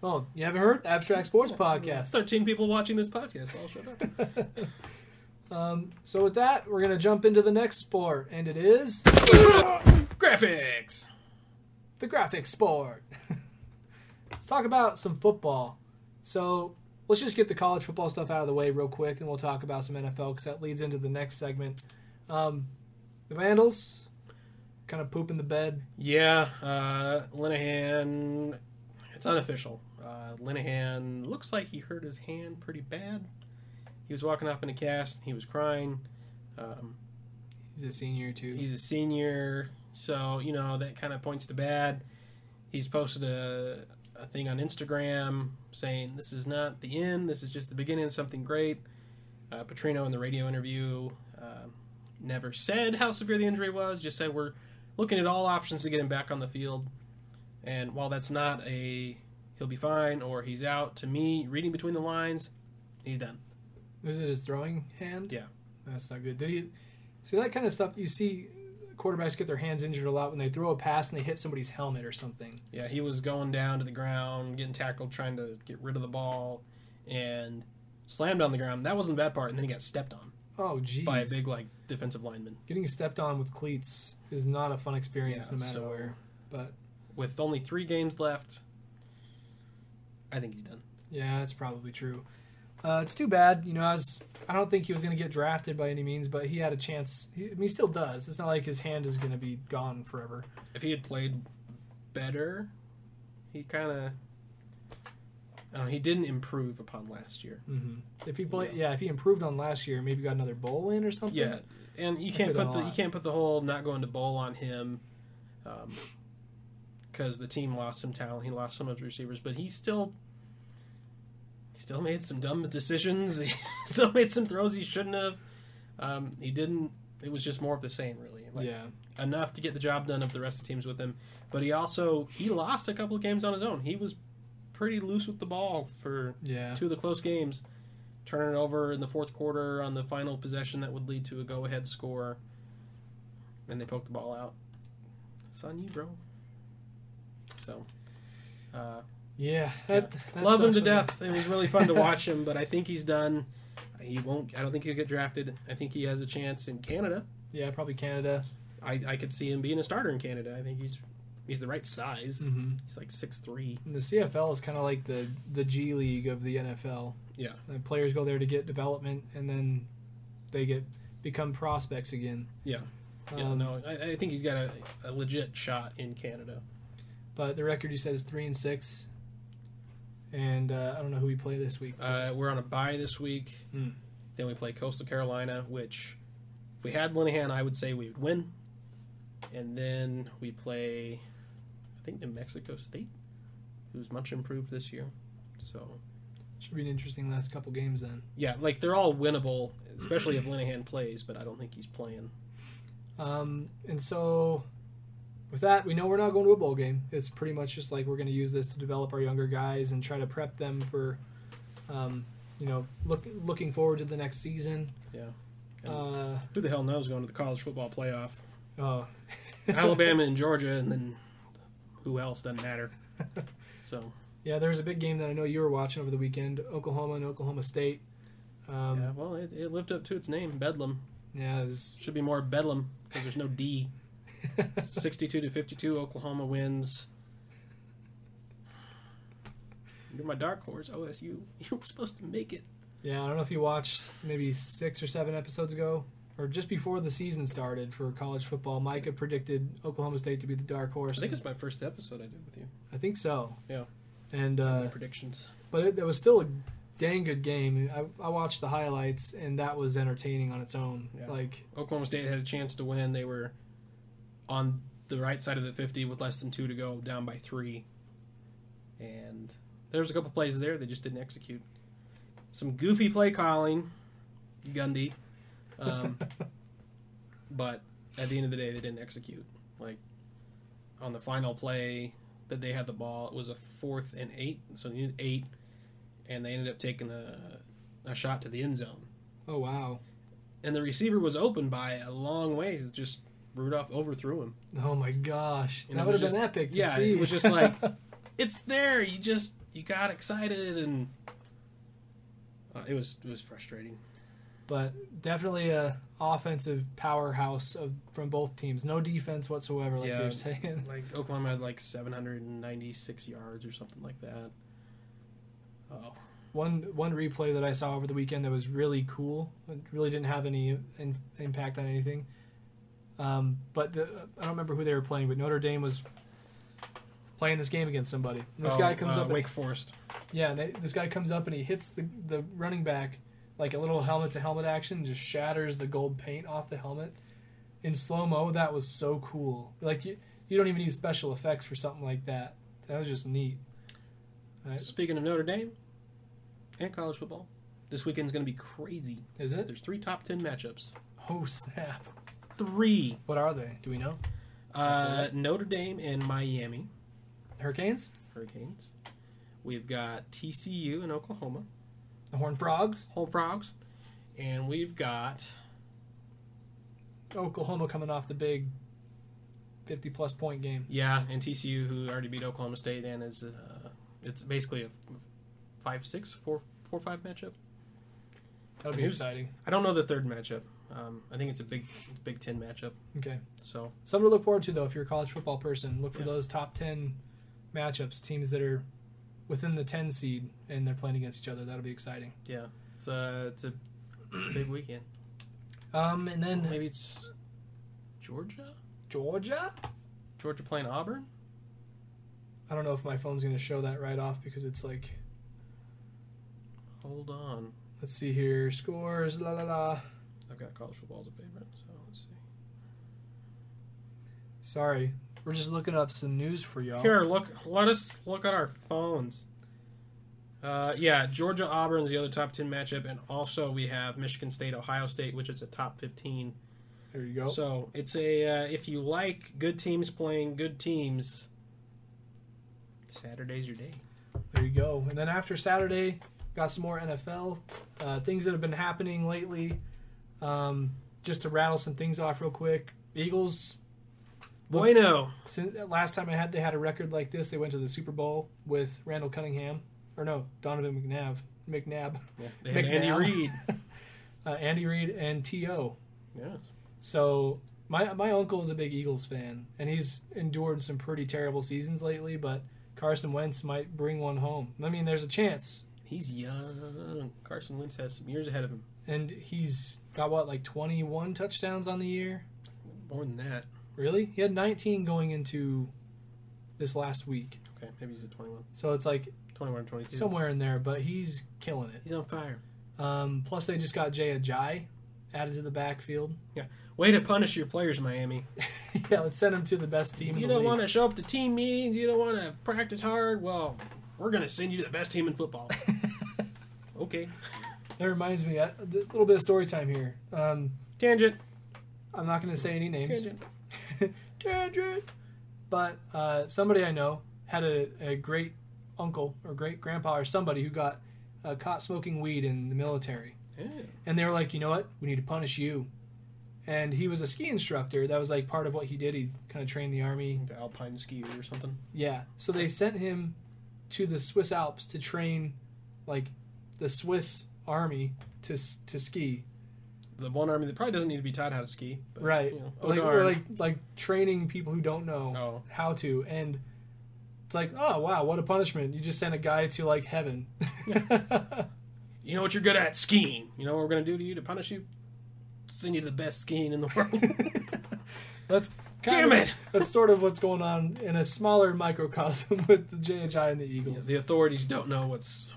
Speaker 1: oh, you haven't heard? Abstract Sports Podcast.
Speaker 2: Thirteen people watching this podcast. All shut up.
Speaker 1: Um, so, with that, we're going to jump into the next sport, and it is
Speaker 2: Graphics.
Speaker 1: the graphic sport. let's talk about some football. So, let's just get the college football stuff out of the way real quick, and we'll talk about some NFL because that leads into the next segment. Um, the Vandals kind of poop in the bed.
Speaker 2: Yeah, uh, Linehan. It's unofficial. Uh, Linehan looks like he hurt his hand pretty bad. He was walking off in a cast. He was crying. Um,
Speaker 1: He's a senior, too.
Speaker 2: he's a senior, so you know that kind of points to bad. He's posted a, a thing on Instagram saying this is not the end. This is just the beginning of something great. Uh, Petrino in the radio interview um never said how severe the injury was. Just said we're looking at all options to get him back on the field. And while that's not a he'll be fine or he's out, to me, reading between the lines, he's done.
Speaker 1: Was it his throwing hand?
Speaker 2: Yeah.
Speaker 1: That's not good. Did he see that kind of stuff? You see quarterbacks get their hands injured a lot when they throw a pass and they hit somebody's helmet or something.
Speaker 2: Yeah, he was going down to the ground, getting tackled, trying to get rid of the ball, and slammed on the ground. That wasn't the bad part, and then he got stepped on
Speaker 1: Oh, geez.
Speaker 2: by a big like defensive lineman
Speaker 1: Getting stepped on with cleats is not a fun experience,
Speaker 2: Yeah,
Speaker 1: no matter
Speaker 2: so-
Speaker 1: where. But
Speaker 2: with only three games left. I think he's done.
Speaker 1: yeah, that's probably true. Uh, it's too bad. You know, I was. I don't think he was going to get drafted by any means, but he had a chance. He, I mean, he still does. It's not like his hand is going to be gone forever.
Speaker 2: If he had played better, he kind of. I don't know, he didn't improve upon last year.
Speaker 1: hmm
Speaker 2: Mm-hmm.
Speaker 1: If he play, yeah. if he improved on last year, maybe got another bowl win or something.
Speaker 2: Yeah, and you
Speaker 1: I
Speaker 2: can't
Speaker 1: could have
Speaker 2: put the
Speaker 1: lost.
Speaker 2: you can't put the whole not going to bowl on him, because the team lost some talent. He lost some of his receivers, but he still he still made some dumb decisions. He still made some throws he shouldn't have. Um, he didn't it was just more of the same, really. Like,
Speaker 1: yeah.
Speaker 2: Enough to get the job done of the rest of the teams with him, but he also he lost a couple of games on his own. He was pretty loose with the ball for
Speaker 1: Yeah.
Speaker 2: two of the close games, turning it over in the fourth quarter on the final possession that would lead to a go-ahead score, and they poked the ball out. It's on you, bro. So, uh,
Speaker 1: Yeah. That, that
Speaker 2: love him
Speaker 1: sucks
Speaker 2: to
Speaker 1: for
Speaker 2: death. It was really fun to watch him, but I think he's done. He won't. I don't think he'll get drafted. I think he has a chance in Canada.
Speaker 1: Yeah, probably Canada.
Speaker 2: I, I could see him being a starter in Canada. I think he's he's the right size.
Speaker 1: Mm-hmm.
Speaker 2: He's like six three.
Speaker 1: And the CFL is kind of like the the G League of the NFL.
Speaker 2: Yeah.
Speaker 1: And players go there to get development, and then they get become prospects again.
Speaker 2: Yeah. Yeah.
Speaker 1: Um,
Speaker 2: no, I, I think he's got a, a legit shot in Canada.
Speaker 1: But the record you said is three and six. And uh, I don't know who we play this week.
Speaker 2: Uh, we're on a bye this week.
Speaker 1: Hmm.
Speaker 2: Then we play Coastal Carolina, which if we had Linehan, I would say we would win. And then we play, I think New Mexico State, who's much improved this year. So
Speaker 1: Should be an interesting last couple games then.
Speaker 2: yeah, like they're all winnable, especially if Linehan plays. But I don't think he's playing.
Speaker 1: Um, and so, with that, we know we're not going to a bowl game. It's pretty much just like we're going to use this to develop our younger guys and try to prep them for, um, you know, look, looking forward to the next season.
Speaker 2: Yeah.
Speaker 1: Uh,
Speaker 2: Who the hell knows going to the college football playoff?
Speaker 1: oh.
Speaker 2: Alabama and Georgia, and then who else doesn't matter. So
Speaker 1: Yeah, there was a big game that I know you were watching over the weekend Oklahoma and Oklahoma State. Um,
Speaker 2: yeah, well, it, it lived up to its name, Bedlam.
Speaker 1: yeah, it was-
Speaker 2: Should be more Bedlam because there's no D. 62 to 52, Oklahoma wins. You're my dark horse, OSU. You were supposed to make it.
Speaker 1: yeah, I don't know if you watched maybe six or seven episodes ago or just before the season started for college football. Micah predicted Oklahoma State to be the dark
Speaker 2: I
Speaker 1: horse.
Speaker 2: think it's my first episode I did with you.
Speaker 1: I think so.
Speaker 2: Yeah.
Speaker 1: And
Speaker 2: my
Speaker 1: uh,
Speaker 2: predictions.
Speaker 1: but it, it was still a dang good game. I, I watched the highlights and that was entertaining on its own.
Speaker 2: Yeah.
Speaker 1: Like
Speaker 2: Oklahoma State had a chance to win. They were on the right side of the 50 with less than two to go, down by three. And there was a couple plays there they just didn't execute. Some goofy play calling, Gundy. Um, but at the end of the day, they didn't execute. Like on the final play that they had the ball, it was a fourth and eight, so they needed eight, and they ended up taking a, a shot to the end zone
Speaker 1: oh wow,
Speaker 2: and the receiver was open by a long ways. Just Rudolph overthrew him.
Speaker 1: oh my gosh,
Speaker 2: And
Speaker 1: that
Speaker 2: it
Speaker 1: would
Speaker 2: was
Speaker 1: have been
Speaker 2: just-
Speaker 1: epic. To
Speaker 2: yeah,
Speaker 1: see.
Speaker 2: it was just like- It's there. You just you got excited, and uh, it was it was frustrating.
Speaker 1: but definitely a offensive powerhouse of, from both teams. No defense whatsoever, like
Speaker 2: Yeah.
Speaker 1: you're saying.
Speaker 2: Like Oklahoma had like 796 yards or something like that. Oh,
Speaker 1: One one replay that I saw over the weekend that was really cool. It really didn't have any in, impact on anything. Um, but the, I don't remember who they were playing, but Notre Dame was playing this game against somebody. And this
Speaker 2: Oh,
Speaker 1: guy comes
Speaker 2: uh,
Speaker 1: up, and,
Speaker 2: Wake Forest.
Speaker 1: yeah. and They, this guy comes up and he hits the the running back like a little helmet to helmet action, just shatters the gold paint off the helmet. in slow mo that was so cool like you, you don't even need special effects for something like that that was just neat Right.
Speaker 2: Speaking of Notre Dame and college football, this weekend's going to be crazy.
Speaker 1: is it
Speaker 2: There's three top ten matchups.
Speaker 1: oh snap
Speaker 2: Three.
Speaker 1: what are they do we know
Speaker 2: Uh, Notre Dame and Miami.
Speaker 1: hurricanes
Speaker 2: Hurricanes. We've got TCU in Oklahoma,
Speaker 1: the horned frogs
Speaker 2: Home Frogs, and we've got
Speaker 1: oklahoma coming off the big 50 plus point game
Speaker 2: yeah, and TCU who already beat Oklahoma State and is uh, it's basically a five six four four five matchup.
Speaker 1: that'll be
Speaker 2: Who's-
Speaker 1: exciting
Speaker 2: I don't know the third matchup. Um, I think it's a big Big Ten matchup.
Speaker 1: okay
Speaker 2: So
Speaker 1: something to look forward to though if you're a college football person look for
Speaker 2: Yeah.
Speaker 1: those top 10 matchups teams that are within the 10 seed and they're playing against each other that'll be exciting
Speaker 2: yeah, it's a it's a, it's a big weekend.
Speaker 1: um and then
Speaker 2: Maybe it's Georgia.
Speaker 1: georgia
Speaker 2: Georgia playing Auburn.
Speaker 1: I don't know if my phone's going to show that right off because it's like,
Speaker 2: Hold on,
Speaker 1: let's see here, scores, la la la.
Speaker 2: I've got college football as a favorite. So let's see.
Speaker 1: Sorry, we're just looking up some news for y'all.
Speaker 2: Here, look. Let us look at our phones. Uh, yeah, Georgia Auburn's the other top ten matchup, and also we have Michigan State, Ohio State, which is a top fifteen.
Speaker 1: There you go.
Speaker 2: So it's a uh, if you like good teams playing good teams, Saturday's your day.
Speaker 1: There you go. And then after Saturday, got some more NFL uh, things that have been happening lately. Um, just to rattle some things off real quick. Eagles.
Speaker 2: Bueno.
Speaker 1: Since last time I had they had a record like this, they went to the Super Bowl with Randall Cunningham, or no, Donovan McNabb, McNabb,
Speaker 2: They had Andy
Speaker 1: McNabb.
Speaker 2: Reid.
Speaker 1: uh, Andy Reid, and T.O.
Speaker 2: Yeah.
Speaker 1: So my my uncle is a big Eagles fan, and he's endured some pretty terrible seasons lately. But Carson Wentz might bring one home. I mean, there's a chance,
Speaker 2: He's young. Carson Wentz has some years ahead of him.
Speaker 1: and he's got what like 21 touchdowns on the year.
Speaker 2: More than that.
Speaker 1: Really, he had 19 going into this last week.
Speaker 2: Okay, maybe he's at 21.
Speaker 1: So it's like
Speaker 2: 21 or 22.
Speaker 1: somewhere in there, but he's killing it.
Speaker 2: He's on fire.
Speaker 1: Um, plus, they just got Jay Ajay added to the backfield.
Speaker 2: Way to punish your players, Miami.
Speaker 1: yeah, let's send him to the best team.
Speaker 2: You
Speaker 1: in the
Speaker 2: don't
Speaker 1: league.
Speaker 2: want to show up to team meetings. You don't want to practice hard. Well, we're going to send you to the best team in football. okay.
Speaker 1: That reminds me, I- a little bit of story time here. Um,
Speaker 2: Tangent.
Speaker 1: I'm not going to say any names.
Speaker 2: Tangent.
Speaker 1: Tangent. But uh, somebody I know had a, a great uncle or great grandpa or somebody who got uh, caught smoking weed in the military.
Speaker 2: Yeah.
Speaker 1: And they were like, you know what? We need to punish you. And he was a ski instructor. That was like part of what he did. He kind of trained the army.
Speaker 2: The alpine skier or something.
Speaker 1: Yeah. So they sent him to the Swiss Alps to train, like, the Swiss army to s- to ski.
Speaker 2: The one army that probably doesn't need to be taught how to ski. But,
Speaker 1: right.
Speaker 2: You know,
Speaker 1: like,
Speaker 2: oh,
Speaker 1: or
Speaker 2: darn.
Speaker 1: like like training people who don't know
Speaker 2: oh,
Speaker 1: how to and it's like oh wow what a punishment you just sent a guy to like heaven
Speaker 2: you know what you're good at? Skiing. You know what we're going to do to you to punish you? Send you to the best skiing in the world.
Speaker 1: that's kind
Speaker 2: Damn
Speaker 1: of-
Speaker 2: it!
Speaker 1: that's sort of what's going on in a smaller microcosm with the JHI and the Eagles
Speaker 2: Because the authorities don't know what's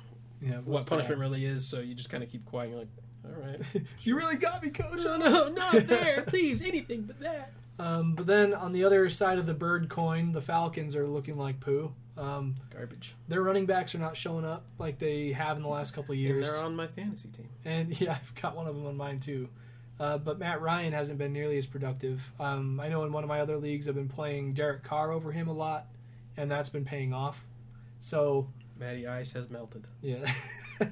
Speaker 1: yeah what's
Speaker 2: what punishment
Speaker 1: bad.
Speaker 2: really is, so you just kind of keep quiet. You're like, all right.
Speaker 1: you really got me coach
Speaker 2: no, no, not there. Please, anything but that.
Speaker 1: um, but then on the other side of the bird coin the Falcons are looking like poo um,
Speaker 2: Garbage.
Speaker 1: their running backs are not showing up like they have in the last couple of years
Speaker 2: And they're on my fantasy team.
Speaker 1: And yeah, I've got one of them on mine too. Uh, but Matt Ryan hasn't been nearly as productive. Um, I know in one of my other leagues, I've been playing Derek Carr over him a lot, and that's been paying off. So
Speaker 2: Matty Ice has melted.
Speaker 1: yeah,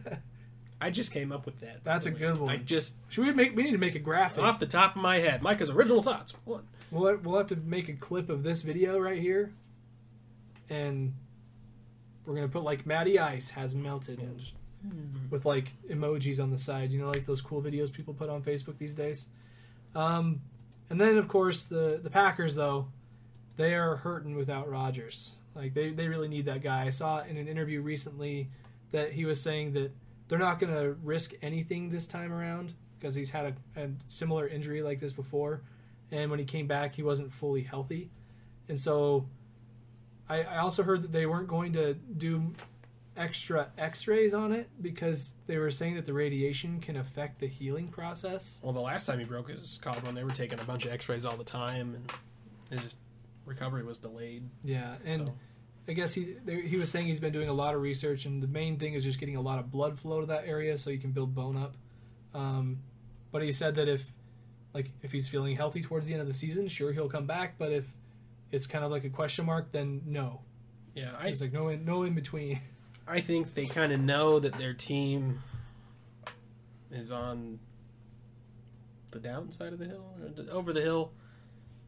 Speaker 2: I just came up with that. by
Speaker 1: That's
Speaker 2: the
Speaker 1: a
Speaker 2: way.
Speaker 1: good one.
Speaker 2: I just
Speaker 1: should we make? We need to make a graphic.
Speaker 2: off the top of my head, Micah's original thoughts. One.
Speaker 1: We'll we'll have to make a clip of this video right here, and we're gonna put like Matty Ice has melted, and just with like emojis on the side. You know, like those cool videos people put on Facebook these days. Um, and then of course the the Packers though, they are hurting without Rodgers. Like they they really need that guy. I saw in an interview recently that he was saying that they're not gonna risk anything this time around because he's had a, a similar injury like this before, and when he came back he wasn't fully healthy, and so. I, I also heard that they weren't going to do extra x-rays on it because they were saying that the radiation can affect the healing process
Speaker 2: Well, the last time he broke his collarbone, they were taking a bunch of X-rays all the time, and his recovery was delayed.
Speaker 1: yeah and
Speaker 2: So.
Speaker 1: i guess he there, he was saying he's been doing a lot of research and the main thing is just getting a lot of blood flow to that area so you can build bone up um, but he said that if like if he's feeling healthy towards the end of the season sure he'll come back but if it's kind of like a question mark then no
Speaker 2: Yeah, I
Speaker 1: there's like no in, no in between
Speaker 2: I think they kind of know that their team is on the downside of the hill, or over the hill.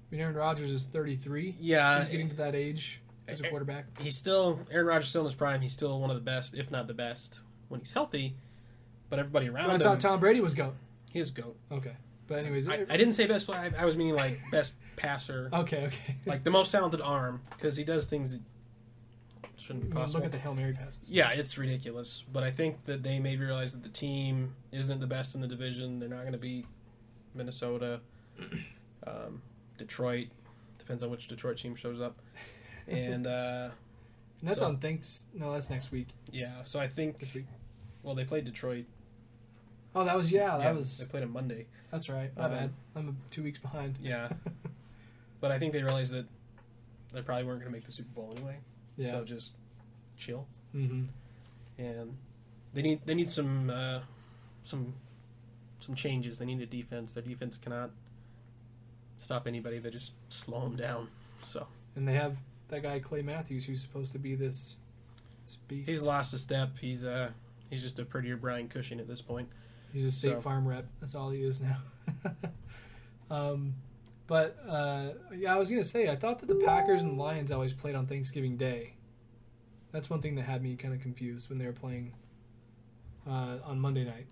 Speaker 1: I mean, Aaron Rodgers is 33
Speaker 2: Yeah,
Speaker 1: he's getting to that age as a quarterback
Speaker 2: he's still Aaron Rodgers still in his prime. He's still one of the best, if not the best, when he's healthy. But everybody
Speaker 1: but i
Speaker 2: around him,
Speaker 1: thought tom brady was goat
Speaker 2: he is goat.
Speaker 1: okay but anyways
Speaker 2: I, I didn't say best player. I, I was meaning like best passer,
Speaker 1: Okay, okay.
Speaker 2: like the most talented arm, because he does things that shouldn't be
Speaker 1: I mean,
Speaker 2: possible.
Speaker 1: look at the Hail Mary passes.
Speaker 2: Yeah, it's ridiculous. But I think that they maybe realize that the team isn't the best in the division. They're not going to beat Minnesota, um, Detroit. Depends on which Detroit team shows up. And uh,
Speaker 1: And that's
Speaker 2: So-
Speaker 1: on thanks. No, that's next week.
Speaker 2: yeah, so I think
Speaker 1: This week.
Speaker 2: Well, they played Detroit.
Speaker 1: Oh, that was yeah. That
Speaker 2: Yeah, They
Speaker 1: was
Speaker 2: played on Monday.
Speaker 1: that's right. My
Speaker 2: Um,
Speaker 1: bad. I'm two weeks behind.
Speaker 2: Yeah, but I think they realized that they probably weren't going to make the Super Bowl anyway.
Speaker 1: Yeah.
Speaker 2: So just chill.
Speaker 1: mm-hmm.
Speaker 2: and they need they need some uh, some some changes. They need a defense. Their defense cannot stop anybody. They just slow them down. So
Speaker 1: And they have that guy Clay Matthews, who's supposed to be this, this beast.
Speaker 2: he's lost a step. He's uh he's just a prettier Brian Cushing at this point.
Speaker 1: He's a state
Speaker 2: So-
Speaker 1: farm rep. That's all he is now. um, but uh, yeah, I was gonna say I thought that the Packers and Lions always played on Thanksgiving Day. That's one thing that had me kind of confused when they were playing uh, on Monday night.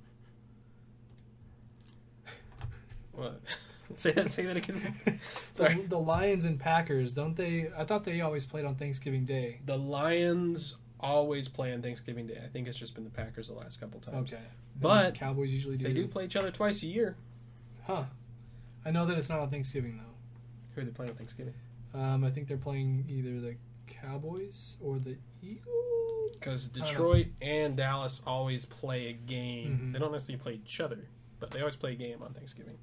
Speaker 2: What? say that. Say that again.
Speaker 1: The,
Speaker 2: Sorry.
Speaker 1: the Lions and Packers, don't they? I thought they always played on Thanksgiving Day.
Speaker 2: The Lions always play on Thanksgiving Day. I think it's just been the Packers the last couple times.
Speaker 1: Okay, And
Speaker 2: But
Speaker 1: Cowboys usually do.
Speaker 2: They do play each other twice a year.
Speaker 1: huh? I know that it's not on Thanksgiving though.
Speaker 2: Who are they playing on Thanksgiving?
Speaker 1: Um, I think they're playing either the Cowboys or the Eagles.
Speaker 2: Because
Speaker 1: don't know.
Speaker 2: Detroit and Dallas always play a game.
Speaker 1: Mhm.
Speaker 2: They don't necessarily play each other, but they always play a game on Thanksgiving.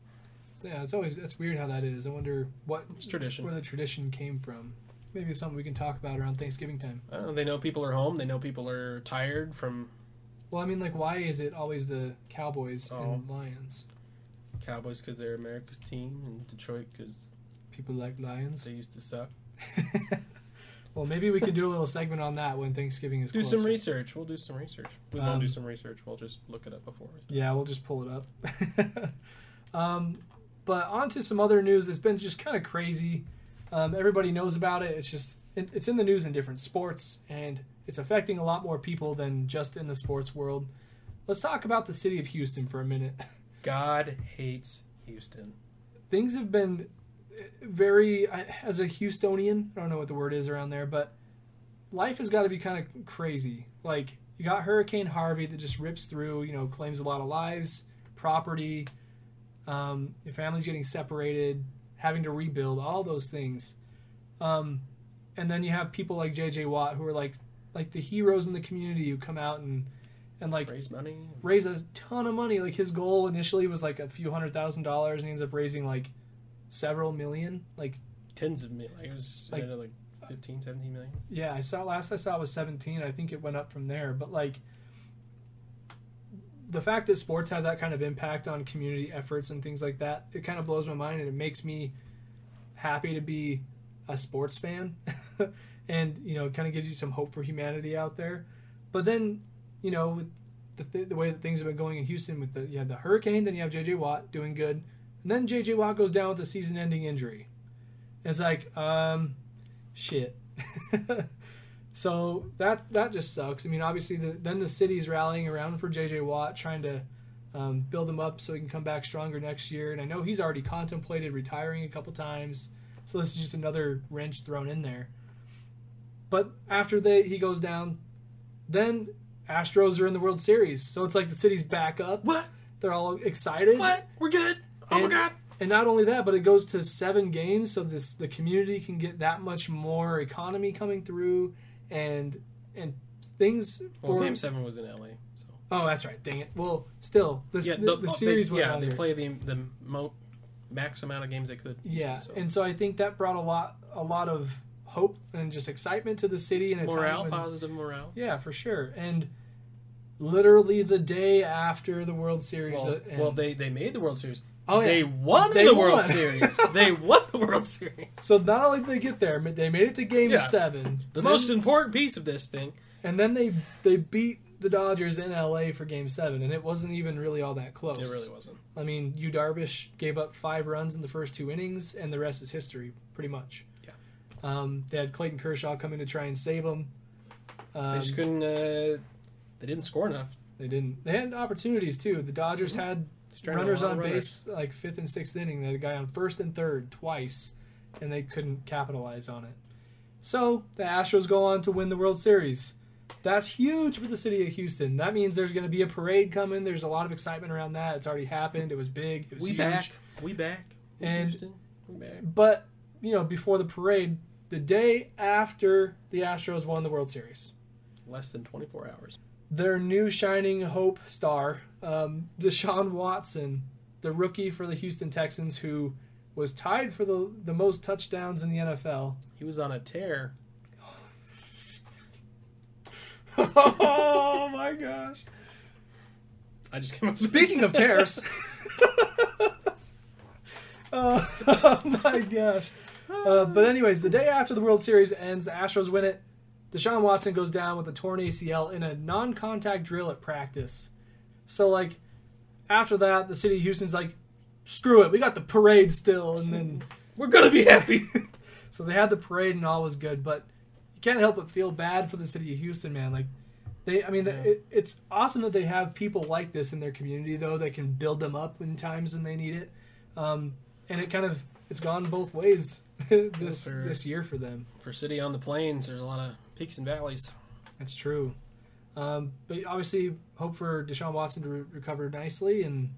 Speaker 1: Yeah, it's always that's weird how that is. I wonder what
Speaker 2: It's tradition.
Speaker 1: where the tradition came from. Maybe it's something we can talk about around Thanksgiving time.
Speaker 2: I don't know. They know people are home. They know people are tired from
Speaker 1: Well, I mean, like, why is it always the Cowboys
Speaker 2: Oh.
Speaker 1: and Lions?
Speaker 2: Cowboys because they're America's team, and Detroit because
Speaker 1: People like Lions.
Speaker 2: they used to suck.
Speaker 1: well, maybe we could do a little segment on that when Thanksgiving is
Speaker 2: Do
Speaker 1: closer.
Speaker 2: some research. We'll do some research. We
Speaker 1: Um,
Speaker 2: won't do some research. We'll just look it up before. we start.
Speaker 1: Yeah, we'll just pull it up. um, but on to some other news that's been just kind of crazy. Um, everybody knows about it. It's just it, it's in the news in different sports, and it's affecting a lot more people than just in the sports world. Let's talk about the city of Houston for a minute.
Speaker 2: God hates Houston.
Speaker 1: Things have been very, I- as a Houstonian, I don't know what the word is around there, but life has got to be kind of crazy. Like you got Hurricane Harvey that just rips through, you know, claims a lot of lives, property, um, your family's getting separated, having to rebuild, all those things. Um, and then you have people like J.J. Watt who are like like the heroes in the community who come out and and like
Speaker 2: Raise money.
Speaker 1: raise a ton of money. Like his goal initially was like a few hundred thousand dollars, and he ends up raising like several million. Like
Speaker 2: Tens of million. Like it was
Speaker 1: Like-
Speaker 2: like, like 15, 17 million.
Speaker 1: yeah, I saw last I saw was seventeen. I think it went up from there. But like the fact that sports have that kind of impact on community efforts and things like that, it kind of blows my mind, and it makes me happy to be a sports fan, and you know, kind of gives you some hope for humanity out there. But then, you know, with the, th- the way that things have been going in Houston, with the you have the hurricane, then you have J.J. Watt doing good, and then J.J. Watt goes down with a season-ending injury. And it's like, um, shit. so that that just sucks. I mean, obviously, the, then the city's rallying around for J.J. Watt, trying to um, build him up so he can come back stronger next year. And I know he's already contemplated retiring a couple times. So this is just another wrench thrown in there. But after they he goes down, then Astros are in the World Series. So it's like the city's back up.
Speaker 2: What?
Speaker 1: They're all excited.
Speaker 2: What? We're good. Oh my
Speaker 1: And-
Speaker 2: god.
Speaker 1: And not only that, but it goes to seven games, so this the community can get that much more economy coming through, and and things
Speaker 2: Well,
Speaker 1: for.
Speaker 2: game seven was in LA. So
Speaker 1: oh, that's right. Dang it. Well, still, this,
Speaker 2: yeah,
Speaker 1: the, the
Speaker 2: oh, they-
Speaker 1: series went
Speaker 2: Yeah,
Speaker 1: longer.
Speaker 2: they play the the mo- max amount of games they could.
Speaker 1: Yeah,
Speaker 2: So-
Speaker 1: and so I think that brought a lot a lot of hope and just excitement to the city and
Speaker 2: morale,
Speaker 1: When,
Speaker 2: positive morale.
Speaker 1: yeah, for sure. And literally the day after the World Series,
Speaker 2: Well,
Speaker 1: uh,
Speaker 2: well,
Speaker 1: ends-
Speaker 2: they they made the World Series.
Speaker 1: Oh, yeah.
Speaker 2: They won
Speaker 1: They
Speaker 2: the World
Speaker 1: won.
Speaker 2: Series. they won the World Series.
Speaker 1: so not only did they get there, but they made it to Game
Speaker 2: Yeah.
Speaker 1: Seven.
Speaker 2: The
Speaker 1: Then-
Speaker 2: most important piece of this thing.
Speaker 1: And then they they beat the Dodgers in LA for game 7 and it wasn't even really all that close.
Speaker 2: It really wasn't.
Speaker 1: I mean, Yu Darvish gave up 5 runs in the first 2 innings and the rest is history pretty much.
Speaker 2: Yeah.
Speaker 1: Um, they had Clayton Kershaw come in to try and save them. Um,
Speaker 2: They just couldn't. Uh, they didn't score enough.
Speaker 1: they didn't. They had opportunities too. The Dodgers
Speaker 2: Mm-hmm.
Speaker 1: had
Speaker 2: Just trying to
Speaker 1: runners
Speaker 2: allow
Speaker 1: on
Speaker 2: runners.
Speaker 1: base like fifth and sixth inning. They had a guy on first and third twice, and they couldn't capitalize on it. So the Astros go on to win the World Series. That's huge for the city of Houston. That means there's going to be a parade coming. There's a lot of excitement around that. It's already happened. It was big. It was
Speaker 2: We
Speaker 1: huge.
Speaker 2: back. We back.
Speaker 1: And-
Speaker 2: Houston, we back.
Speaker 1: But you know, before the parade, the day after the Astros won the World Series,
Speaker 2: Less than 24 hours.
Speaker 1: their new shining hope star, um, Deshaun Watson, the rookie for the Houston Texans, who was tied for the, the most touchdowns in the NFL.
Speaker 2: He was on a tear.
Speaker 1: oh my gosh.
Speaker 2: I just came up.
Speaker 1: Speaking of tears, Uh, oh my gosh. Uh, but anyways, the day after the World Series ends, the Astros win it. Deshaun Watson goes down with a torn ACL in a non-contact drill at practice. So like after that, the city of Houston's like, screw it, we got the parade still, and then
Speaker 2: We're gonna be happy.
Speaker 1: so they had the parade and all was good, but you can't help but feel bad for the city of Houston, man. Like they, I mean,
Speaker 2: Yeah.
Speaker 1: it, it's awesome that they have people like this in their community though that can build them up in times when they need it. Um, and it kind of it's gone both ways this
Speaker 2: for-
Speaker 1: this year for them.
Speaker 2: For city on the plains, there's a lot of peaks and valleys.
Speaker 1: That's true. Um, but obviously, hope for Deshaun Watson to re- recover nicely and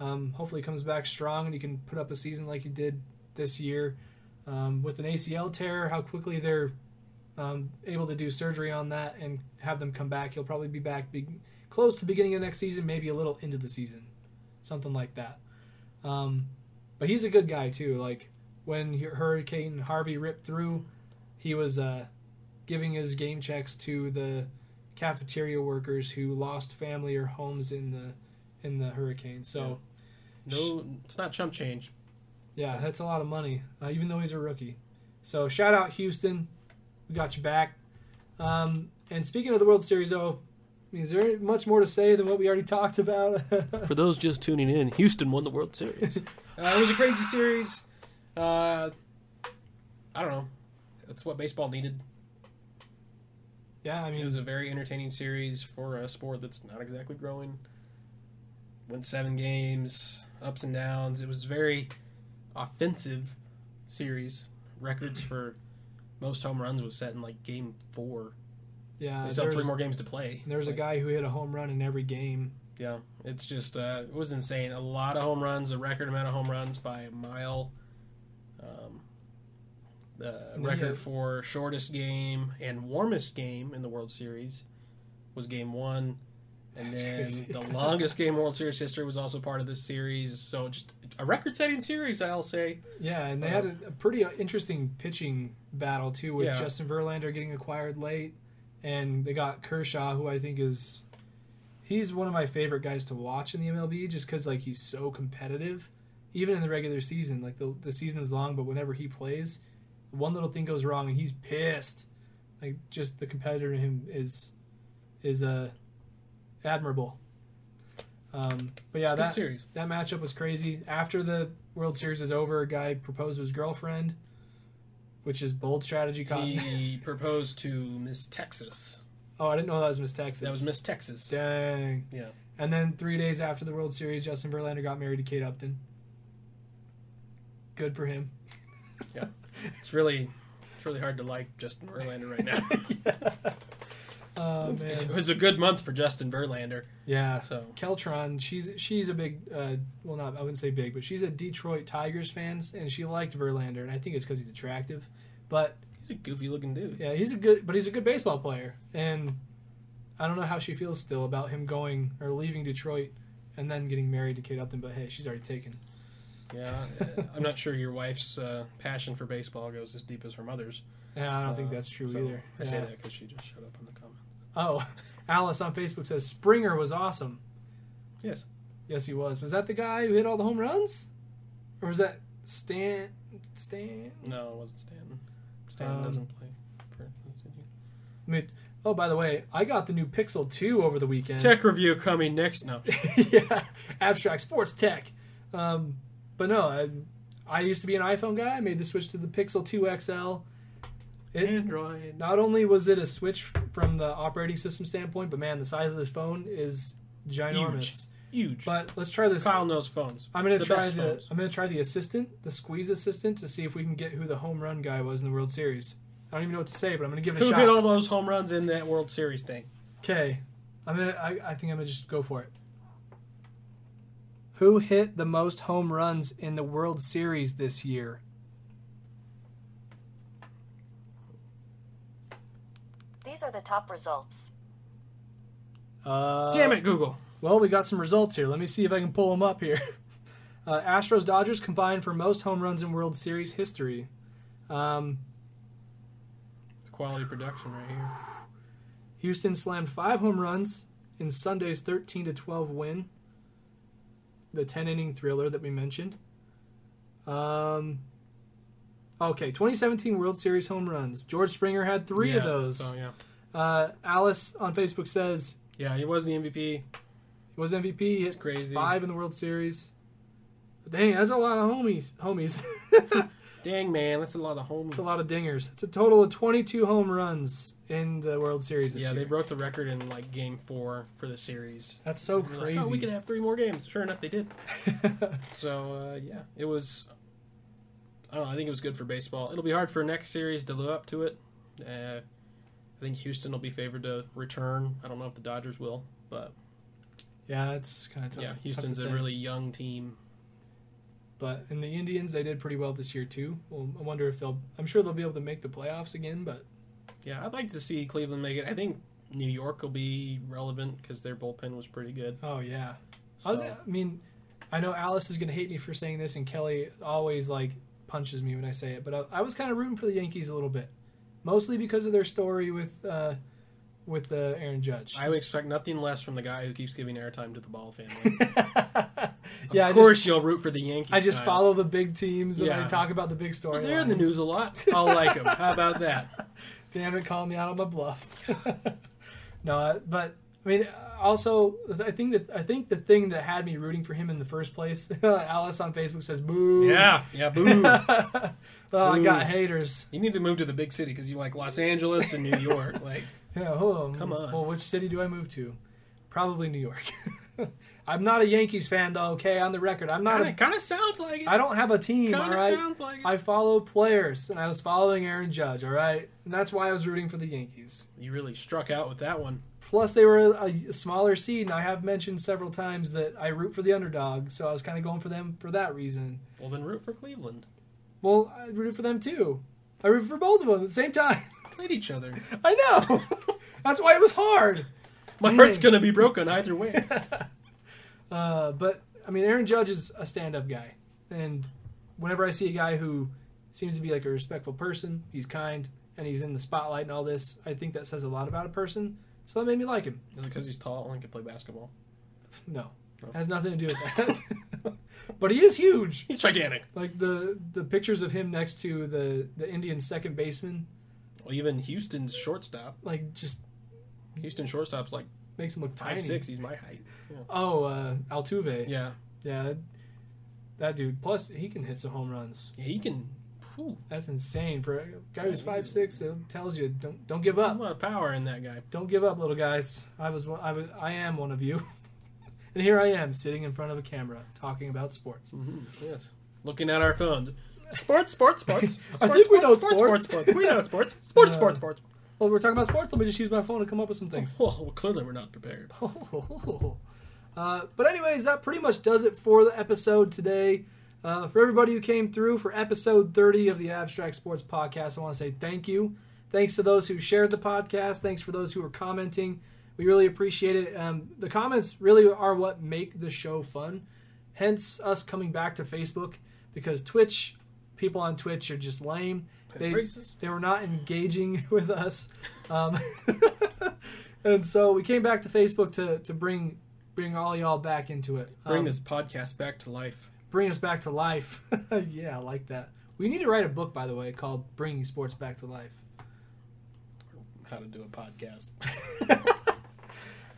Speaker 1: um, hopefully comes back strong and he can put up a season like he did this year. Um, with an ACL tear, how quickly they're um, able to do surgery on that and have them come back. He'll probably be back be- close to beginning of next season, maybe a little into the season, something like that. Um, but he's a good guy too. Like when Hu- Hurricane Harvey ripped through, he was uh, giving his game checks to the cafeteria workers who lost family or homes in the in the hurricane. So
Speaker 2: No, it's not chump change.
Speaker 1: yeah, that's a lot of money, uh, even though he's a rookie. So shout out Houston, we got you back. Um, and speaking of the World Series, though, I mean, is there much more to say than what we already talked about?
Speaker 2: For those just tuning in, Houston won the World Series. uh, it was a crazy series. Uh, I don't know. It's what baseball needed.
Speaker 1: yeah, I
Speaker 2: It
Speaker 1: mean,
Speaker 2: was a very entertaining series for a sport that's not exactly growing. Went seven games, ups and downs. It was a very offensive series. Records for most home runs was set in like game four.
Speaker 1: yeah,
Speaker 2: They still
Speaker 1: Uh,
Speaker 2: have
Speaker 1: there's-
Speaker 2: three more games to play.
Speaker 1: And there was a
Speaker 2: Like,
Speaker 1: guy who hit a home run in every game.
Speaker 2: Yeah, it's just uh, it was insane. A lot of home runs, a record amount of home runs by a mile. Um, the
Speaker 1: Yeah.
Speaker 2: record for shortest game and warmest game in the World Series was Game One, and
Speaker 1: That's
Speaker 2: then
Speaker 1: crazy.
Speaker 2: the longest game in World Series history was also part of this series. So just a record-setting series, I'll say.
Speaker 1: Yeah, and they had a, a pretty uh, interesting pitching battle too, with
Speaker 2: Um, Yeah.
Speaker 1: Justin Verlander getting acquired late, and they got Kershaw, who I think is he's one of my favorite guys to watch in the MLB, just because like he's so competitive, even in the regular season. Like the the season is long, but whenever he plays, one little thing goes wrong and he's pissed. Like just the competitor in him is is uh admirable. Um, but yeah,
Speaker 2: Good
Speaker 1: that
Speaker 2: series.
Speaker 1: that matchup was crazy. After the World Series is over, a guy proposed to his girlfriend, which is bold strategy. Cotton.
Speaker 2: He proposed to Miss Texas.
Speaker 1: oh, I didn't know that was Miss Texas.
Speaker 2: That was Miss Texas.
Speaker 1: Dang.
Speaker 2: Yeah.
Speaker 1: And then three days after the World Series, Justin Verlander got married to Kate Upton. Good for him.
Speaker 2: It's really, it's really hard to like Justin Verlander right now.
Speaker 1: Oh
Speaker 2: It
Speaker 1: man.
Speaker 2: was a good month for Justin Verlander.
Speaker 1: Yeah.
Speaker 2: So
Speaker 1: Keltron, she's she's a big, uh, well, not I wouldn't say big, but she's a Detroit Tigers fan, and she liked Verlander, and I think it's because he's attractive. But
Speaker 2: he's a goofy looking dude.
Speaker 1: Yeah, he's a good, but he's a good baseball player, and I don't know how she feels still about him going or leaving Detroit and then getting married to Kate Upton. But hey, she's already taken.
Speaker 2: Yeah, uh, I'm not sure your wife's uh, passion for baseball goes as deep as her mother's.
Speaker 1: Yeah, I don't think
Speaker 2: Uh,
Speaker 1: that's true
Speaker 2: so
Speaker 1: either.
Speaker 2: I say
Speaker 1: Yeah.
Speaker 2: that because she just showed up on the comment.
Speaker 1: Oh, Alice on Facebook says Springer was awesome.
Speaker 2: Yes,
Speaker 1: Yes, he was. Was that the guy who hit all the home runs, or was that Stan? Stan?
Speaker 2: no, it wasn't Stanton. Stanton
Speaker 1: Um,
Speaker 2: doesn't play. For,
Speaker 1: I mean, oh, by the way, I got the new Pixel Two over the weekend.
Speaker 2: Tech review coming next. No,
Speaker 1: yeah, abstract sports tech. Um, but no, I, I used to be an iPhone guy. I made the switch to the Pixel 2 XL. It
Speaker 2: Android.
Speaker 1: not only was it a switch f- from the operating system standpoint, but man, the size of this phone is ginormous.
Speaker 2: Huge.
Speaker 1: But let's try this.
Speaker 2: Kyle knows phones.
Speaker 1: I'm gonna
Speaker 2: the
Speaker 1: try
Speaker 2: best
Speaker 1: the
Speaker 2: phones.
Speaker 1: I'm gonna try the assistant, the squeeze assistant, to see if we can get who the home run guy was in the World Series. I don't even know what to say, but I'm gonna give it a
Speaker 2: Who hit
Speaker 1: shot.
Speaker 2: all those home runs in that World Series thing?
Speaker 1: Okay, I'm gonna. I, I think I'm gonna just go for it. Who hit the most home runs in the World Series this year?
Speaker 3: These are the top results.
Speaker 1: Uh,
Speaker 2: Damn it, Google.
Speaker 1: Well, we got some results here. Let me see if I can pull them up here. Uh, Astros Dodgers combined for most home runs in World Series history. Um,
Speaker 2: It's quality production right here.
Speaker 1: Houston slammed five home runs in Sunday's 13 to 12 win, the 10 inning thriller that we mentioned. Um, okay, 2017 World Series home runs. George Springer had three of
Speaker 2: Yeah,
Speaker 1: those.
Speaker 2: So yeah,
Speaker 1: Uh, Alice on Facebook says
Speaker 2: yeah, he was the MVP.
Speaker 1: he was MVP. He
Speaker 2: It's
Speaker 1: hit
Speaker 2: crazy.
Speaker 1: five in the World Series. Dang, that's a lot of homies. Homies.
Speaker 2: Dang man, that's a lot of homies.
Speaker 1: It's a lot of dingers. It's a total of 22 home runs in the World Series this
Speaker 2: yeah.
Speaker 1: year.
Speaker 2: They broke the record in like game four for the series.
Speaker 1: That's so
Speaker 2: They're
Speaker 1: crazy.
Speaker 2: Like, oh, we could have three more games. Sure enough, they did. So uh, yeah, it was. I don't know. I think it was good for baseball. It'll be hard for next series to live up to it. Uh, I think Houston will be favored to return. I don't know if the Dodgers will, but
Speaker 1: yeah, it's kind of tough.
Speaker 2: yeah,
Speaker 1: tough to
Speaker 2: Houston's a
Speaker 1: say.
Speaker 2: really young team.
Speaker 1: But in the Indians, they did pretty well this year too. Well, I wonder if they'll. I'm sure they'll be able to make the playoffs again. But
Speaker 2: Yeah, I'd like to see Cleveland make it. I think New York will be relevant because their bullpen was pretty good.
Speaker 1: oh yeah, I, was,
Speaker 2: So-
Speaker 1: I mean, I know Alice is gonna hate me for saying this, and Kelly always like punches me when I say it. But I, I was kind of rooting for the Yankees a little bit, mostly because of their story with uh, with uh, Aaron Judge.
Speaker 2: I would expect nothing less from the guy who keeps giving airtime to the Ball family.
Speaker 1: yeah, I just-
Speaker 2: of course you'll root for the Yankees.
Speaker 1: I just
Speaker 2: Kyle.
Speaker 1: follow the big teams and I
Speaker 2: Yeah.
Speaker 1: talk about the big story.
Speaker 2: They're in the news a lot. I'll like them. How about that?
Speaker 1: Damn it, call me out on my bluff. no, I- but I mean, also I think that I think the thing that had me rooting for him in the first place, Alice on Facebook says, "Boo."
Speaker 2: yeah, boo.
Speaker 1: Oh, I got
Speaker 2: Boo.
Speaker 1: haters.
Speaker 2: You need to move to the big city because you like Los Angeles and New York. Like,
Speaker 1: Yeah, oh,
Speaker 2: Come on.
Speaker 1: Well, which city do I move to? Probably New York. I'm not a Yankees fan, though. Okay, on the record, I'm not.
Speaker 2: kind of
Speaker 1: A,
Speaker 2: kind of sounds like it.
Speaker 1: I don't have a team.
Speaker 2: Kind
Speaker 1: all
Speaker 2: of
Speaker 1: right?
Speaker 2: sounds like it.
Speaker 1: I follow players, and I was following Aaron Judge. All right, and that's why I was rooting for the Yankees.
Speaker 2: you really struck out with that one.
Speaker 1: Plus, they were a, a smaller seed, and I have mentioned several times that I root for the underdog, so I was kind of going for them for that reason.
Speaker 2: Well, then root for Cleveland.
Speaker 1: Well, I rooted for them too. I rooted for both of them at the same time.
Speaker 2: Played each other.
Speaker 1: I know. That's why it was hard.
Speaker 2: My heart's gonna be broken either way.
Speaker 1: Uh, but I mean, Aaron Judge is a stand-up guy, and whenever I see a guy who seems to be like a respectful person, he's kind, and he's in the spotlight and all this, I think that says a lot about a person. So that made me like him.
Speaker 2: Is it because he's tall and can play basketball?
Speaker 1: No,
Speaker 2: Oh.
Speaker 1: has nothing to do with that. but he is huge.
Speaker 2: He's gigantic.
Speaker 1: Like the the pictures of him next to the the Indian second baseman,
Speaker 2: Well, even Houston's shortstop.
Speaker 1: like just
Speaker 2: Houston shortstop's like
Speaker 1: makes him look
Speaker 2: five
Speaker 1: tiny.
Speaker 2: six. He's my height.
Speaker 1: Oh, uh, Altuve.
Speaker 2: Yeah,
Speaker 1: Yeah, that, that dude. Plus, he can hit some home runs.
Speaker 2: he can. Whew,
Speaker 1: That's insane for a guy who's
Speaker 2: Yeah,
Speaker 1: five
Speaker 2: he-
Speaker 1: six. It tells you don't don't give
Speaker 2: a
Speaker 1: up.
Speaker 2: lot of power in that guy.
Speaker 1: Don't give up, little guys. I was one, I was I am one of you, and here I am sitting in front of a camera talking about sports.
Speaker 2: Mm-hmm. Yes. Looking at our phones. Sports, sports, sports.
Speaker 1: I think we know sports.
Speaker 2: We know sports. Sports,
Speaker 1: Uh,
Speaker 2: sports, sports.
Speaker 1: Well, we're talking about sports. Let me just use my phone to come up with some things.
Speaker 2: Well, well, clearly we're not prepared.
Speaker 1: Uh, but anyways, that pretty much does it for the episode today. Uh, for everybody who came through for episode 30 of the Abstract Sports Podcast, I want to say thank you. Thanks to those who shared the podcast. Thanks for those who were commenting. We really appreciate it. Um, the comments really are what make the show fun. Hence us coming back to Facebook because Twitch people on Twitch are just lame. They
Speaker 2: racist.
Speaker 1: they were not engaging with us. Um, and so we came back to Facebook to, to bring bring all y'all back into it.
Speaker 2: Bring
Speaker 1: Um,
Speaker 2: this podcast back to life.
Speaker 1: bring us back to life. yeah, I like that. We need to write a book, by the way, called "Bringing Sports Back to Life."
Speaker 2: How to do a podcast.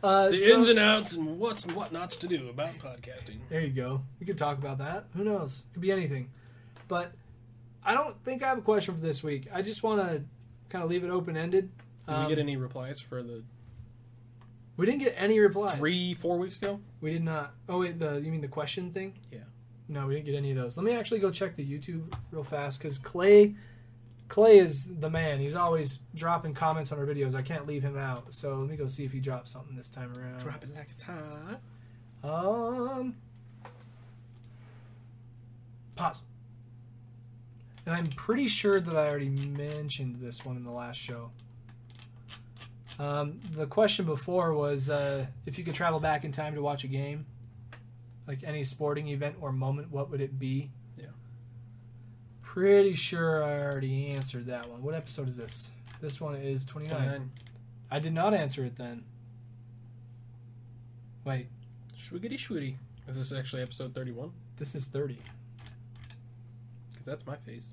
Speaker 1: Uh,
Speaker 2: The
Speaker 1: so-
Speaker 2: ins and outs and what's and what nots to do about podcasting.
Speaker 1: there you go. We could talk about that. Who knows? Could be anything. But I don't think I have a question for this week. I just want to kind of leave it open ended.
Speaker 2: Did we get any replies for the
Speaker 1: we didn't get any replies.
Speaker 2: three, four weeks ago?
Speaker 1: We did not. Oh wait, the you mean the question thing?
Speaker 2: Yeah.
Speaker 1: No, we didn't get any of those. Let me actually go check the YouTube real fast because Clay, Clay is the man. He's always dropping comments on our videos. I can't leave him out. So let me go see if he dropped something this time around.
Speaker 2: it like it's hot.
Speaker 1: Um. Pause. And I'm pretty sure that I already mentioned this one in the last show. Um, the question before was uh, if you could travel back in time to watch a game, like any sporting event or moment, what would it be?
Speaker 2: Yeah.
Speaker 1: Pretty sure I already answered that one. What episode is this? This one is 29.
Speaker 2: Nine.
Speaker 1: I did not answer it then. Wait.
Speaker 2: Shwiggity shwitty. Is this actually episode 31?
Speaker 1: This is 30.
Speaker 2: That's my face.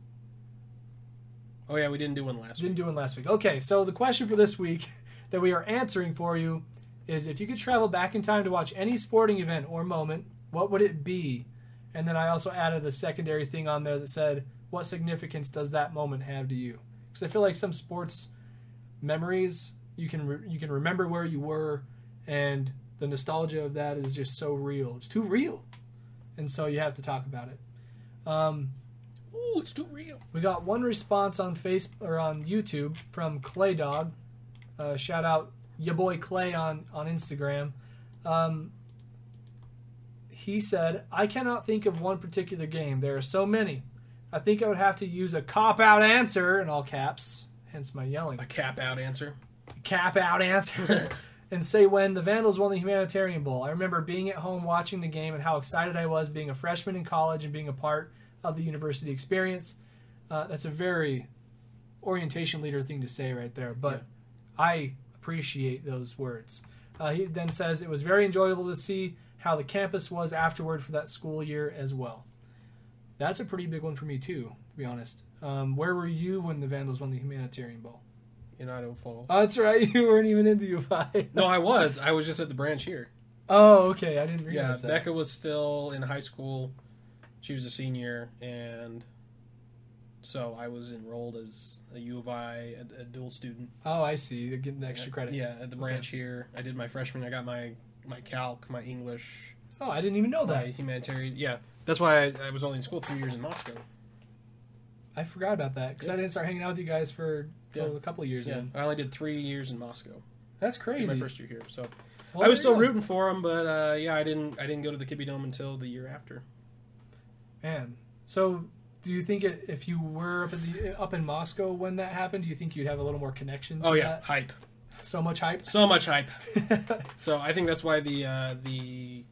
Speaker 2: Oh yeah, we didn't do one last
Speaker 1: Didn't
Speaker 2: week.
Speaker 1: do one last week. Okay, so the question for this week that we are answering for you is if you could travel back in time to watch any sporting event or moment, what would it be? And then I also added the secondary thing on there that said, what significance does that moment have to you? Because I feel like some sports memories you can re- you can remember where you were, and the nostalgia of that is just so real. It's too real, and so you have to talk about it. Um,
Speaker 2: Ooh, it's too real.
Speaker 1: we got one response on face or on YouTube from Clay Dog. Uh, shout out your boy Clay on on Instagram. Um, he said, "I cannot think of one particular game. There are so many. I think I would have to use a cop out answer in all caps, hence my yelling
Speaker 2: A cap out answer.
Speaker 1: cap out answer and say when the Vandals won the Humanitarian Bowl. I remember being at home watching the game and how excited I was being a freshman in college and being a part of the university experience. Uh, that's a very orientation leader thing to say right there, but I appreciate those words. Uh, he then says it was very enjoyable to see how the campus was afterward for that school year as well. That's a pretty big one for me too, to be honest. Um, where were you when the Vandals won the Humanitarian Bowl?
Speaker 2: In Idaho Falls.
Speaker 1: Oh, that's right. You weren't even into UFI.
Speaker 2: No, I was. I was just at the branch here.
Speaker 1: Oh, okay. I didn't
Speaker 2: Yeah,
Speaker 1: realize that.
Speaker 2: Becca was still in high school. She was a senior, and so I was enrolled as a U of I, a, a dual student.
Speaker 1: Oh, I see. They're getting the extra credit.
Speaker 2: Yeah, at the branch here. I did my freshman. I got my my calc, my English,
Speaker 1: Oh, I didn't even know
Speaker 2: my
Speaker 1: that.
Speaker 2: humanitarian. Yeah, that's why I, I was only in school three years in Moscow.
Speaker 1: I forgot about that because I
Speaker 2: Yeah.
Speaker 1: didn't start hanging out with you guys for till
Speaker 2: Yeah.
Speaker 1: a couple of years
Speaker 2: Yeah,
Speaker 1: in.
Speaker 2: I only did three years in Moscow.
Speaker 1: That's
Speaker 2: Did
Speaker 1: crazy.
Speaker 2: My first year here, so
Speaker 1: Well,
Speaker 2: I was
Speaker 1: there
Speaker 2: still
Speaker 1: you go.
Speaker 2: rooting for him, but uh, yeah, I didn't. I didn't go to the Kibbe Dome until the year after.
Speaker 1: Man, so do you think it, if you were up in the, up in Moscow when that happened, do you think you'd have a little more connections?
Speaker 2: Oh
Speaker 1: to
Speaker 2: yeah, hype.
Speaker 1: that? so much hype.
Speaker 2: So much hype. So I think that's why the uh, the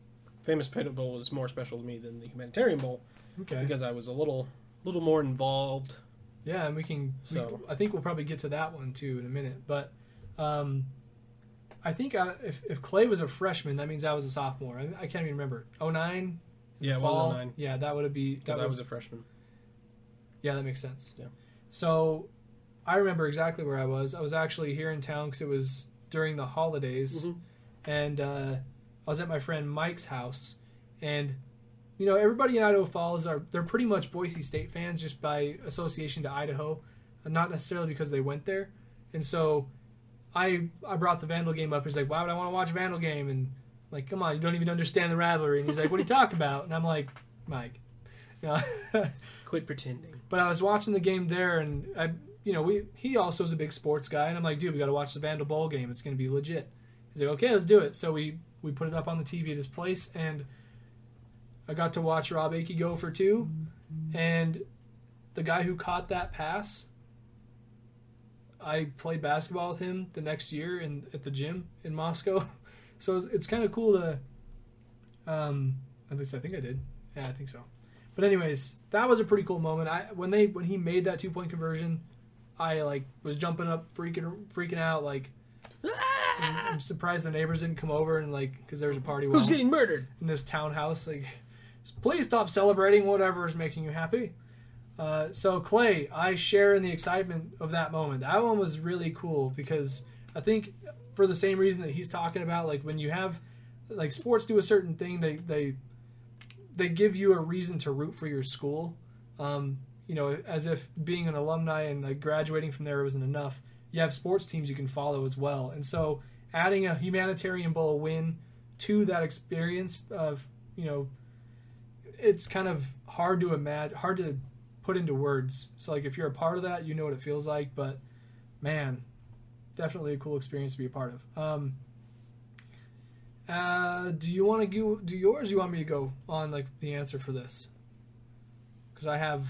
Speaker 2: famous pit bowl is more special to me than the humanitarian bowl
Speaker 1: okay.
Speaker 2: because I was a little little more involved.
Speaker 1: Yeah, and we can.
Speaker 2: So-
Speaker 1: we, I think we'll probably get to that one too in a minute. But um, I think I, if, if Clay was a freshman, that means I was a sophomore. I, I can't even remember. Oh nine.
Speaker 2: Yeah, it
Speaker 1: fall?
Speaker 2: was nine
Speaker 1: Yeah, that would be. That
Speaker 2: because I
Speaker 1: would-
Speaker 2: was a freshman.
Speaker 1: yeah, that makes sense.
Speaker 2: Yeah.
Speaker 1: So I remember exactly where I was. I was actually here in town because it was during the holidays,
Speaker 2: Mhm.
Speaker 1: and uh, I was at my friend Mike's house, and you know everybody in Idaho Falls are they're pretty much Boise State fans just by association to Idaho, and not necessarily because they went there, and so. I, I brought the Vandal game up. He's like, why would I want to watch a Vandal game? And like, come on, you don't even understand the rivalry. And he's like, what are you talking about? And I'm like, Mike. No.
Speaker 2: Quit pretending.
Speaker 1: but I was watching the game there, and I, you know, we he also is a big sports guy, and I'm like, dude, we got to watch the Vandal Bowl game. It's going to be legit. He's like, okay, let's do it. So we we put it up on the TV at his place, and I got to watch Rob Akey go for two, and the guy who caught that pass. I played basketball with him the next year in at the gym in Moscow, so it's, it's kind of cool to. Um, at least I think I did. Yeah, I think so. But anyways, that was a pretty cool moment. I when they when he made that two point conversion, I like was jumping up, freaking freaking out. Like I'm surprised the neighbors didn't come over and like because there was a party.
Speaker 2: Who's
Speaker 1: while-
Speaker 2: getting murdered?
Speaker 1: in this townhouse. Like, please stop celebrating whatever is making you happy. Uh, so Clay, I share in the excitement of that moment. That one was really cool because I think for the same reason that he's talking about, like when you have like sports do a certain thing, they they they give you a reason to root for your school. Um, you know, as if being an alumni and like graduating from there wasn't enough. You have sports teams you can follow as well, and so adding a humanitarian bowl win to that experience of you know it's kind of hard to imagine hard to put into words so like if you're a part of that you know what it feels like but man definitely a cool experience to be a part of um uh do you want to go do yours you want me to go on like the answer for this because i have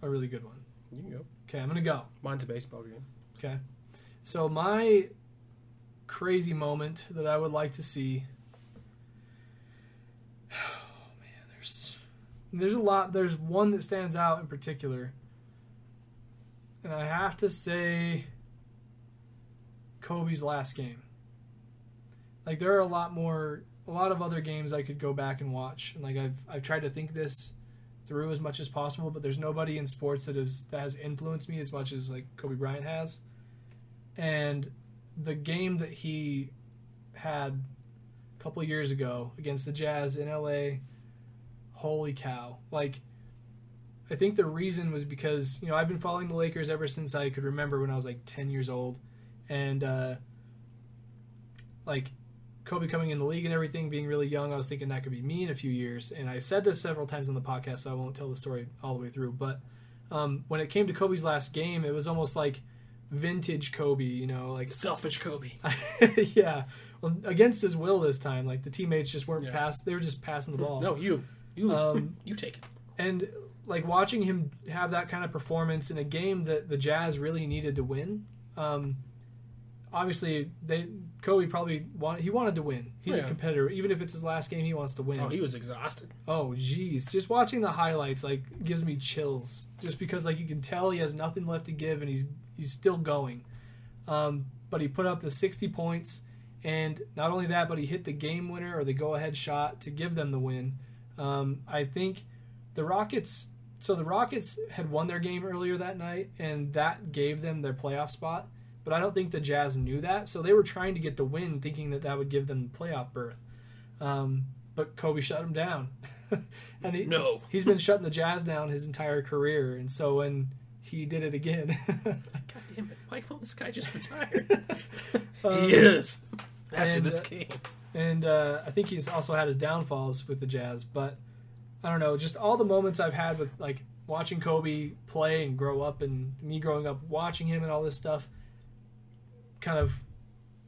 Speaker 1: a really good one
Speaker 2: You can go.
Speaker 1: okay i'm gonna go
Speaker 2: Mine's a baseball game.
Speaker 1: Okay. So my crazy moment that I would like to see. Oh man, there's there's a lot. There's one that stands out in particular, and I have to say, Kobe's last game. Like there are a lot more, a lot of other games I could go back and watch, and like I've I've tried to think this through as much as possible, but there's nobody in sports that has that has influenced me as much as like Kobe Bryant has. And the game that he had a couple years ago against the Jazz in LA, holy cow. Like I think the reason was because, you know, I've been following the Lakers ever since I could remember when I was like 10 years old and uh like Kobe coming in the league and everything, being really young, I was thinking that could be me in a few years. And I said this several times on the podcast, so I won't tell the story all the way through. But um, when it came to Kobe's last game, it was almost like vintage Kobe, you know, like
Speaker 2: Selfish Kobe.
Speaker 1: yeah, well, against his will this time. Like the teammates just weren't
Speaker 2: Yeah. Hmm.
Speaker 1: pass; they were just passing the ball.
Speaker 2: No, you, you,
Speaker 1: Um,
Speaker 2: you take it.
Speaker 1: and like watching him have that kind of performance in a game that the Jazz really needed to win. Um, obviously, they Kobe probably wanted he wanted to win. He's
Speaker 2: Oh, Yeah.
Speaker 1: a competitor, even if it's his last game, he wants to win.
Speaker 2: Oh, he was exhausted.
Speaker 1: Oh, jeez, just watching the highlights like gives me chills. Just because like you can tell he has nothing left to give and he's he's still going. Um, but he put up the 60 points, and not only that, but he hit the game winner or the go ahead shot to give them the win. Um, I think the Rockets. So the Rockets had won their game earlier that night, and that gave them their playoff spot. But I don't think the Jazz knew that, so they were trying to get the win, thinking that that would give them the playoff berth. Um, but Kobe shut them down, and he,
Speaker 2: No.
Speaker 1: he's been shutting the Jazz down his entire career, and so when he did it again,
Speaker 2: God damn it! Why won't this guy just retire? he is after
Speaker 1: and,
Speaker 2: this
Speaker 1: uh,
Speaker 2: game.
Speaker 1: and uh, I think he's also had his downfalls with the Jazz. But I don't know, just all the moments I've had with like watching Kobe play and grow up, and me growing up watching him and all this stuff, kind of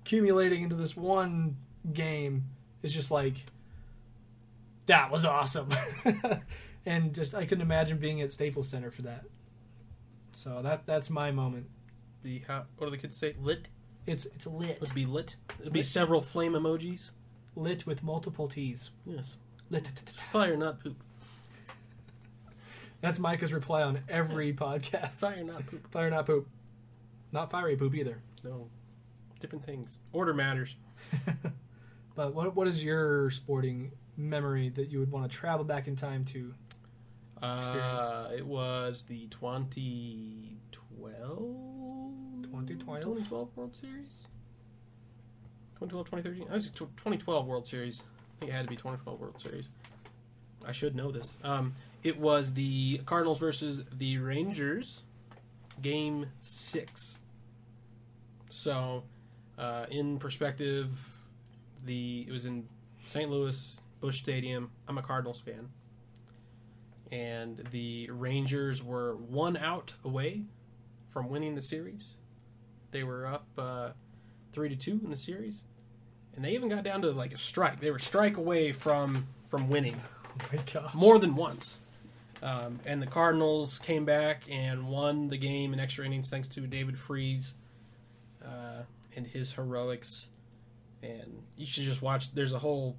Speaker 1: accumulating into this one game is just like that was awesome, and just I couldn't imagine being at Staples Center for that. So that that's my moment.
Speaker 2: Be hot. What do the kids say? Lit
Speaker 1: It's it's lit,
Speaker 2: would be lit. It'd be several flame emojis.
Speaker 1: lit with multiple T's.
Speaker 2: Yes,
Speaker 1: Lit.
Speaker 2: fire not poop.
Speaker 1: That's Micah's reply on every podcast.
Speaker 2: Fire not poop.
Speaker 1: Fire not poop. Not fiery poop either.
Speaker 2: No, different things. Order matters.
Speaker 1: But what what is your sporting memory that you would want to travel back in time to?
Speaker 2: Uh, it was the 2012?
Speaker 1: 2012?
Speaker 2: 2012 World Series? 2012, 2013? I was tw- 2012 World Series. I think it had to be 2012 World Series. I should know this. Um, it was the Cardinals versus the Rangers, game six. So, uh, in perspective, the it was in St. Louis, Bush Stadium. I'm a Cardinals fan and the Rangers were one out away from winning the series. They were up uh, three to two in the series, and they even got down to like a strike. They were strike away from from winning
Speaker 1: Oh my gosh.
Speaker 2: more than once. Um, and the Cardinals came back and won the game in extra innings thanks to David Freeze uh, and his heroics. And you should just watch. There's a whole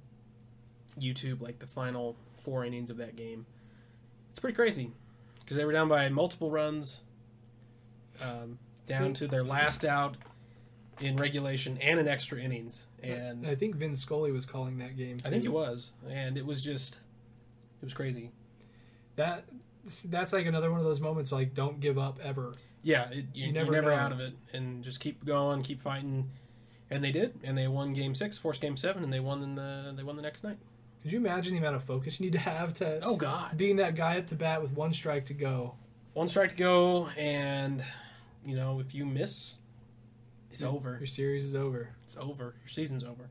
Speaker 2: YouTube like the final four innings of that game. It's pretty crazy because they were down by multiple runs, um, down to their last out in regulation and in extra innings. And
Speaker 1: And I think Vin Scully was calling that game. Too.
Speaker 2: I think it was, and it was just, it was crazy.
Speaker 1: that. That's like another one of those moments like don't give up ever.
Speaker 2: Yeah, it, you,
Speaker 1: You
Speaker 2: never
Speaker 1: never
Speaker 2: you're never
Speaker 1: know.
Speaker 2: out of it, and just keep going, keep fighting, and they did, and they won Game Six, forced Game Seven, and they won in the they won the next night.
Speaker 1: Could you imagine the amount of focus you need to have to
Speaker 2: Oh God,
Speaker 1: being that guy up to bat with one strike to go?
Speaker 2: one strike to go, and you know if you miss, it's over.
Speaker 1: Your series is over.
Speaker 2: It's over. Your season's over.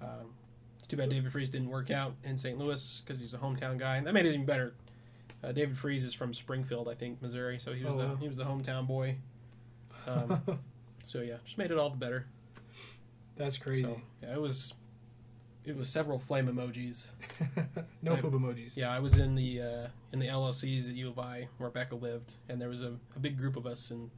Speaker 2: Um, it's too bad David Freeze didn't work out in St. Louis because he's a hometown guy, and that made it even better. Uh, David Freeze is from Springfield, I think, Missouri, so he was
Speaker 1: Oh,
Speaker 2: the
Speaker 1: wow.
Speaker 2: he was the hometown boy. Um, so yeah, just made it all the better.
Speaker 1: That's crazy.
Speaker 2: So, yeah, it was it was several flame emojis.
Speaker 1: no
Speaker 2: I-
Speaker 1: poop emojis.
Speaker 2: Yeah, I was in the uh, in the LLCs at U of I where Becca lived, and there was a, a big group of us, and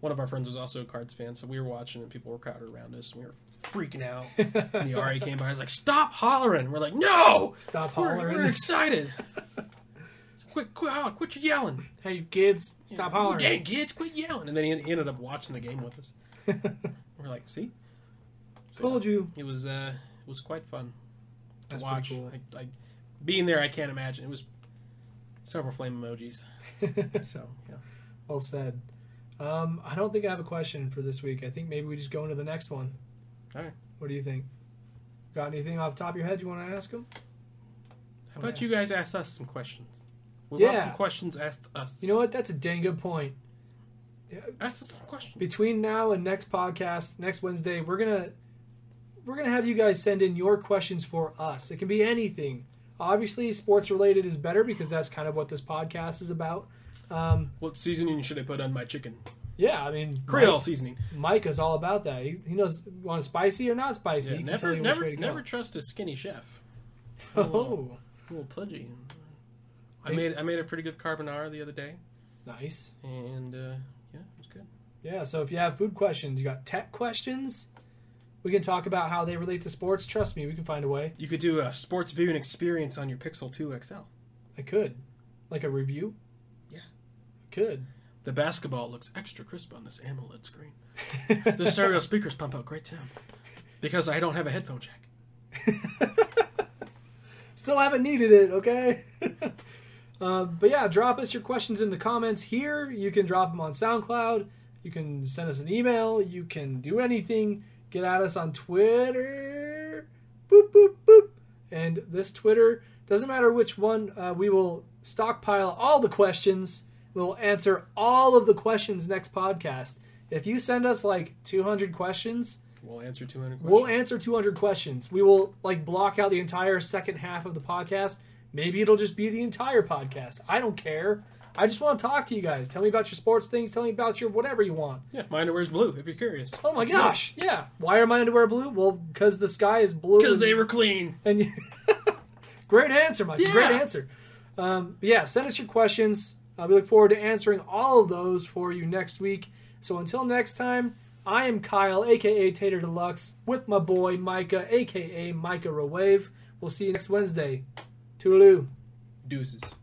Speaker 2: one of our friends was also a Cards fan, so we were watching, and people were crowded around us, and we were freaking out. And the RA came by, I was like, "Stop hollering!" We're like, "No,
Speaker 1: Stop
Speaker 2: we're,
Speaker 1: hollering.
Speaker 2: we're excited." So quit, quit, hollering, quit your yelling!
Speaker 1: Hey, you kids, stop hollering.
Speaker 2: Dang kids, quit yelling! And then he he ended up watching the game with us. we're like, "See,
Speaker 1: Told you.
Speaker 2: it was uh, it was quite fun." to
Speaker 1: That's
Speaker 2: watch.
Speaker 1: pretty cool.
Speaker 2: I, I, being there, I can't imagine. It was several flame emojis. So yeah.
Speaker 1: well said. Um, I don't think I have a question for this week. I think maybe we just go into the next one.
Speaker 2: All right.
Speaker 1: What do you think? Got anything off the top of your head you want to ask them?
Speaker 2: How about you guys ask us some questions? We want
Speaker 1: Yeah.
Speaker 2: some questions asked us.
Speaker 1: You know what? That's a dang good point.
Speaker 2: ask us some questions.
Speaker 1: between now and next podcast next wednesday we're gonna we're gonna have you guys send in your questions for us it can be anything obviously sports related is better because that's kind of what this podcast is about um,
Speaker 2: What seasoning should I put on my chicken?
Speaker 1: yeah i mean
Speaker 2: Creole seasoning.
Speaker 1: mike, mike is all about that he, he knows want it spicy or not spicy
Speaker 2: Yeah,
Speaker 1: he can tell
Speaker 2: never,
Speaker 1: you
Speaker 2: never,
Speaker 1: which way to
Speaker 2: never trust a skinny chef.
Speaker 1: go oh
Speaker 2: A little pudgy. I
Speaker 1: Hey.
Speaker 2: made I made a pretty good carbonara the other day,
Speaker 1: nice
Speaker 2: and uh, yeah, it was good.
Speaker 1: yeah so if you have food questions you got tech questions we can talk about how they relate to sports trust me we can find a way
Speaker 2: You could do a sports viewing experience on your Pixel 2 XL.
Speaker 1: i could like a review
Speaker 2: Yeah.
Speaker 1: could
Speaker 2: The basketball looks extra crisp on this AMOLED screen. The stereo speakers pump out great sound because I don't have a headphone jack.
Speaker 1: Still haven't needed it, okay? uh, but yeah, drop us your questions in the comments here. You can drop them on SoundCloud. You can send us an email. You can do anything. Get at us on Twitter. Boop, boop, boop. And this Twitter, doesn't matter which one, uh, we will stockpile all the questions. We'll answer all of the questions next podcast. If you send us like 200 questions,
Speaker 2: We'll answer 200 questions.
Speaker 1: We'll answer 200 questions. We will like block out the entire second half of the podcast. Maybe it'll just be the entire podcast. I don't care. I just want to talk to you guys. Tell me about your sports things. Tell me about your whatever you want.
Speaker 2: yeah, my underwear's blue if you're curious.
Speaker 1: Oh my gosh. Yeah. Why are my underwear blue? Well, because the sky is blue.
Speaker 2: Because
Speaker 1: and-
Speaker 2: they were clean.
Speaker 1: and you, great answer, Mike.
Speaker 2: Yeah.
Speaker 1: Great answer. Um, but yeah, send us your questions. Uh, we look forward to answering all of those for you next week. So until next time, I am Kyle, aka Tater Deluxe, with my boy Micah, aka Micah Rawave. We'll see you next Wednesday. Toodaloo.
Speaker 2: Deuces.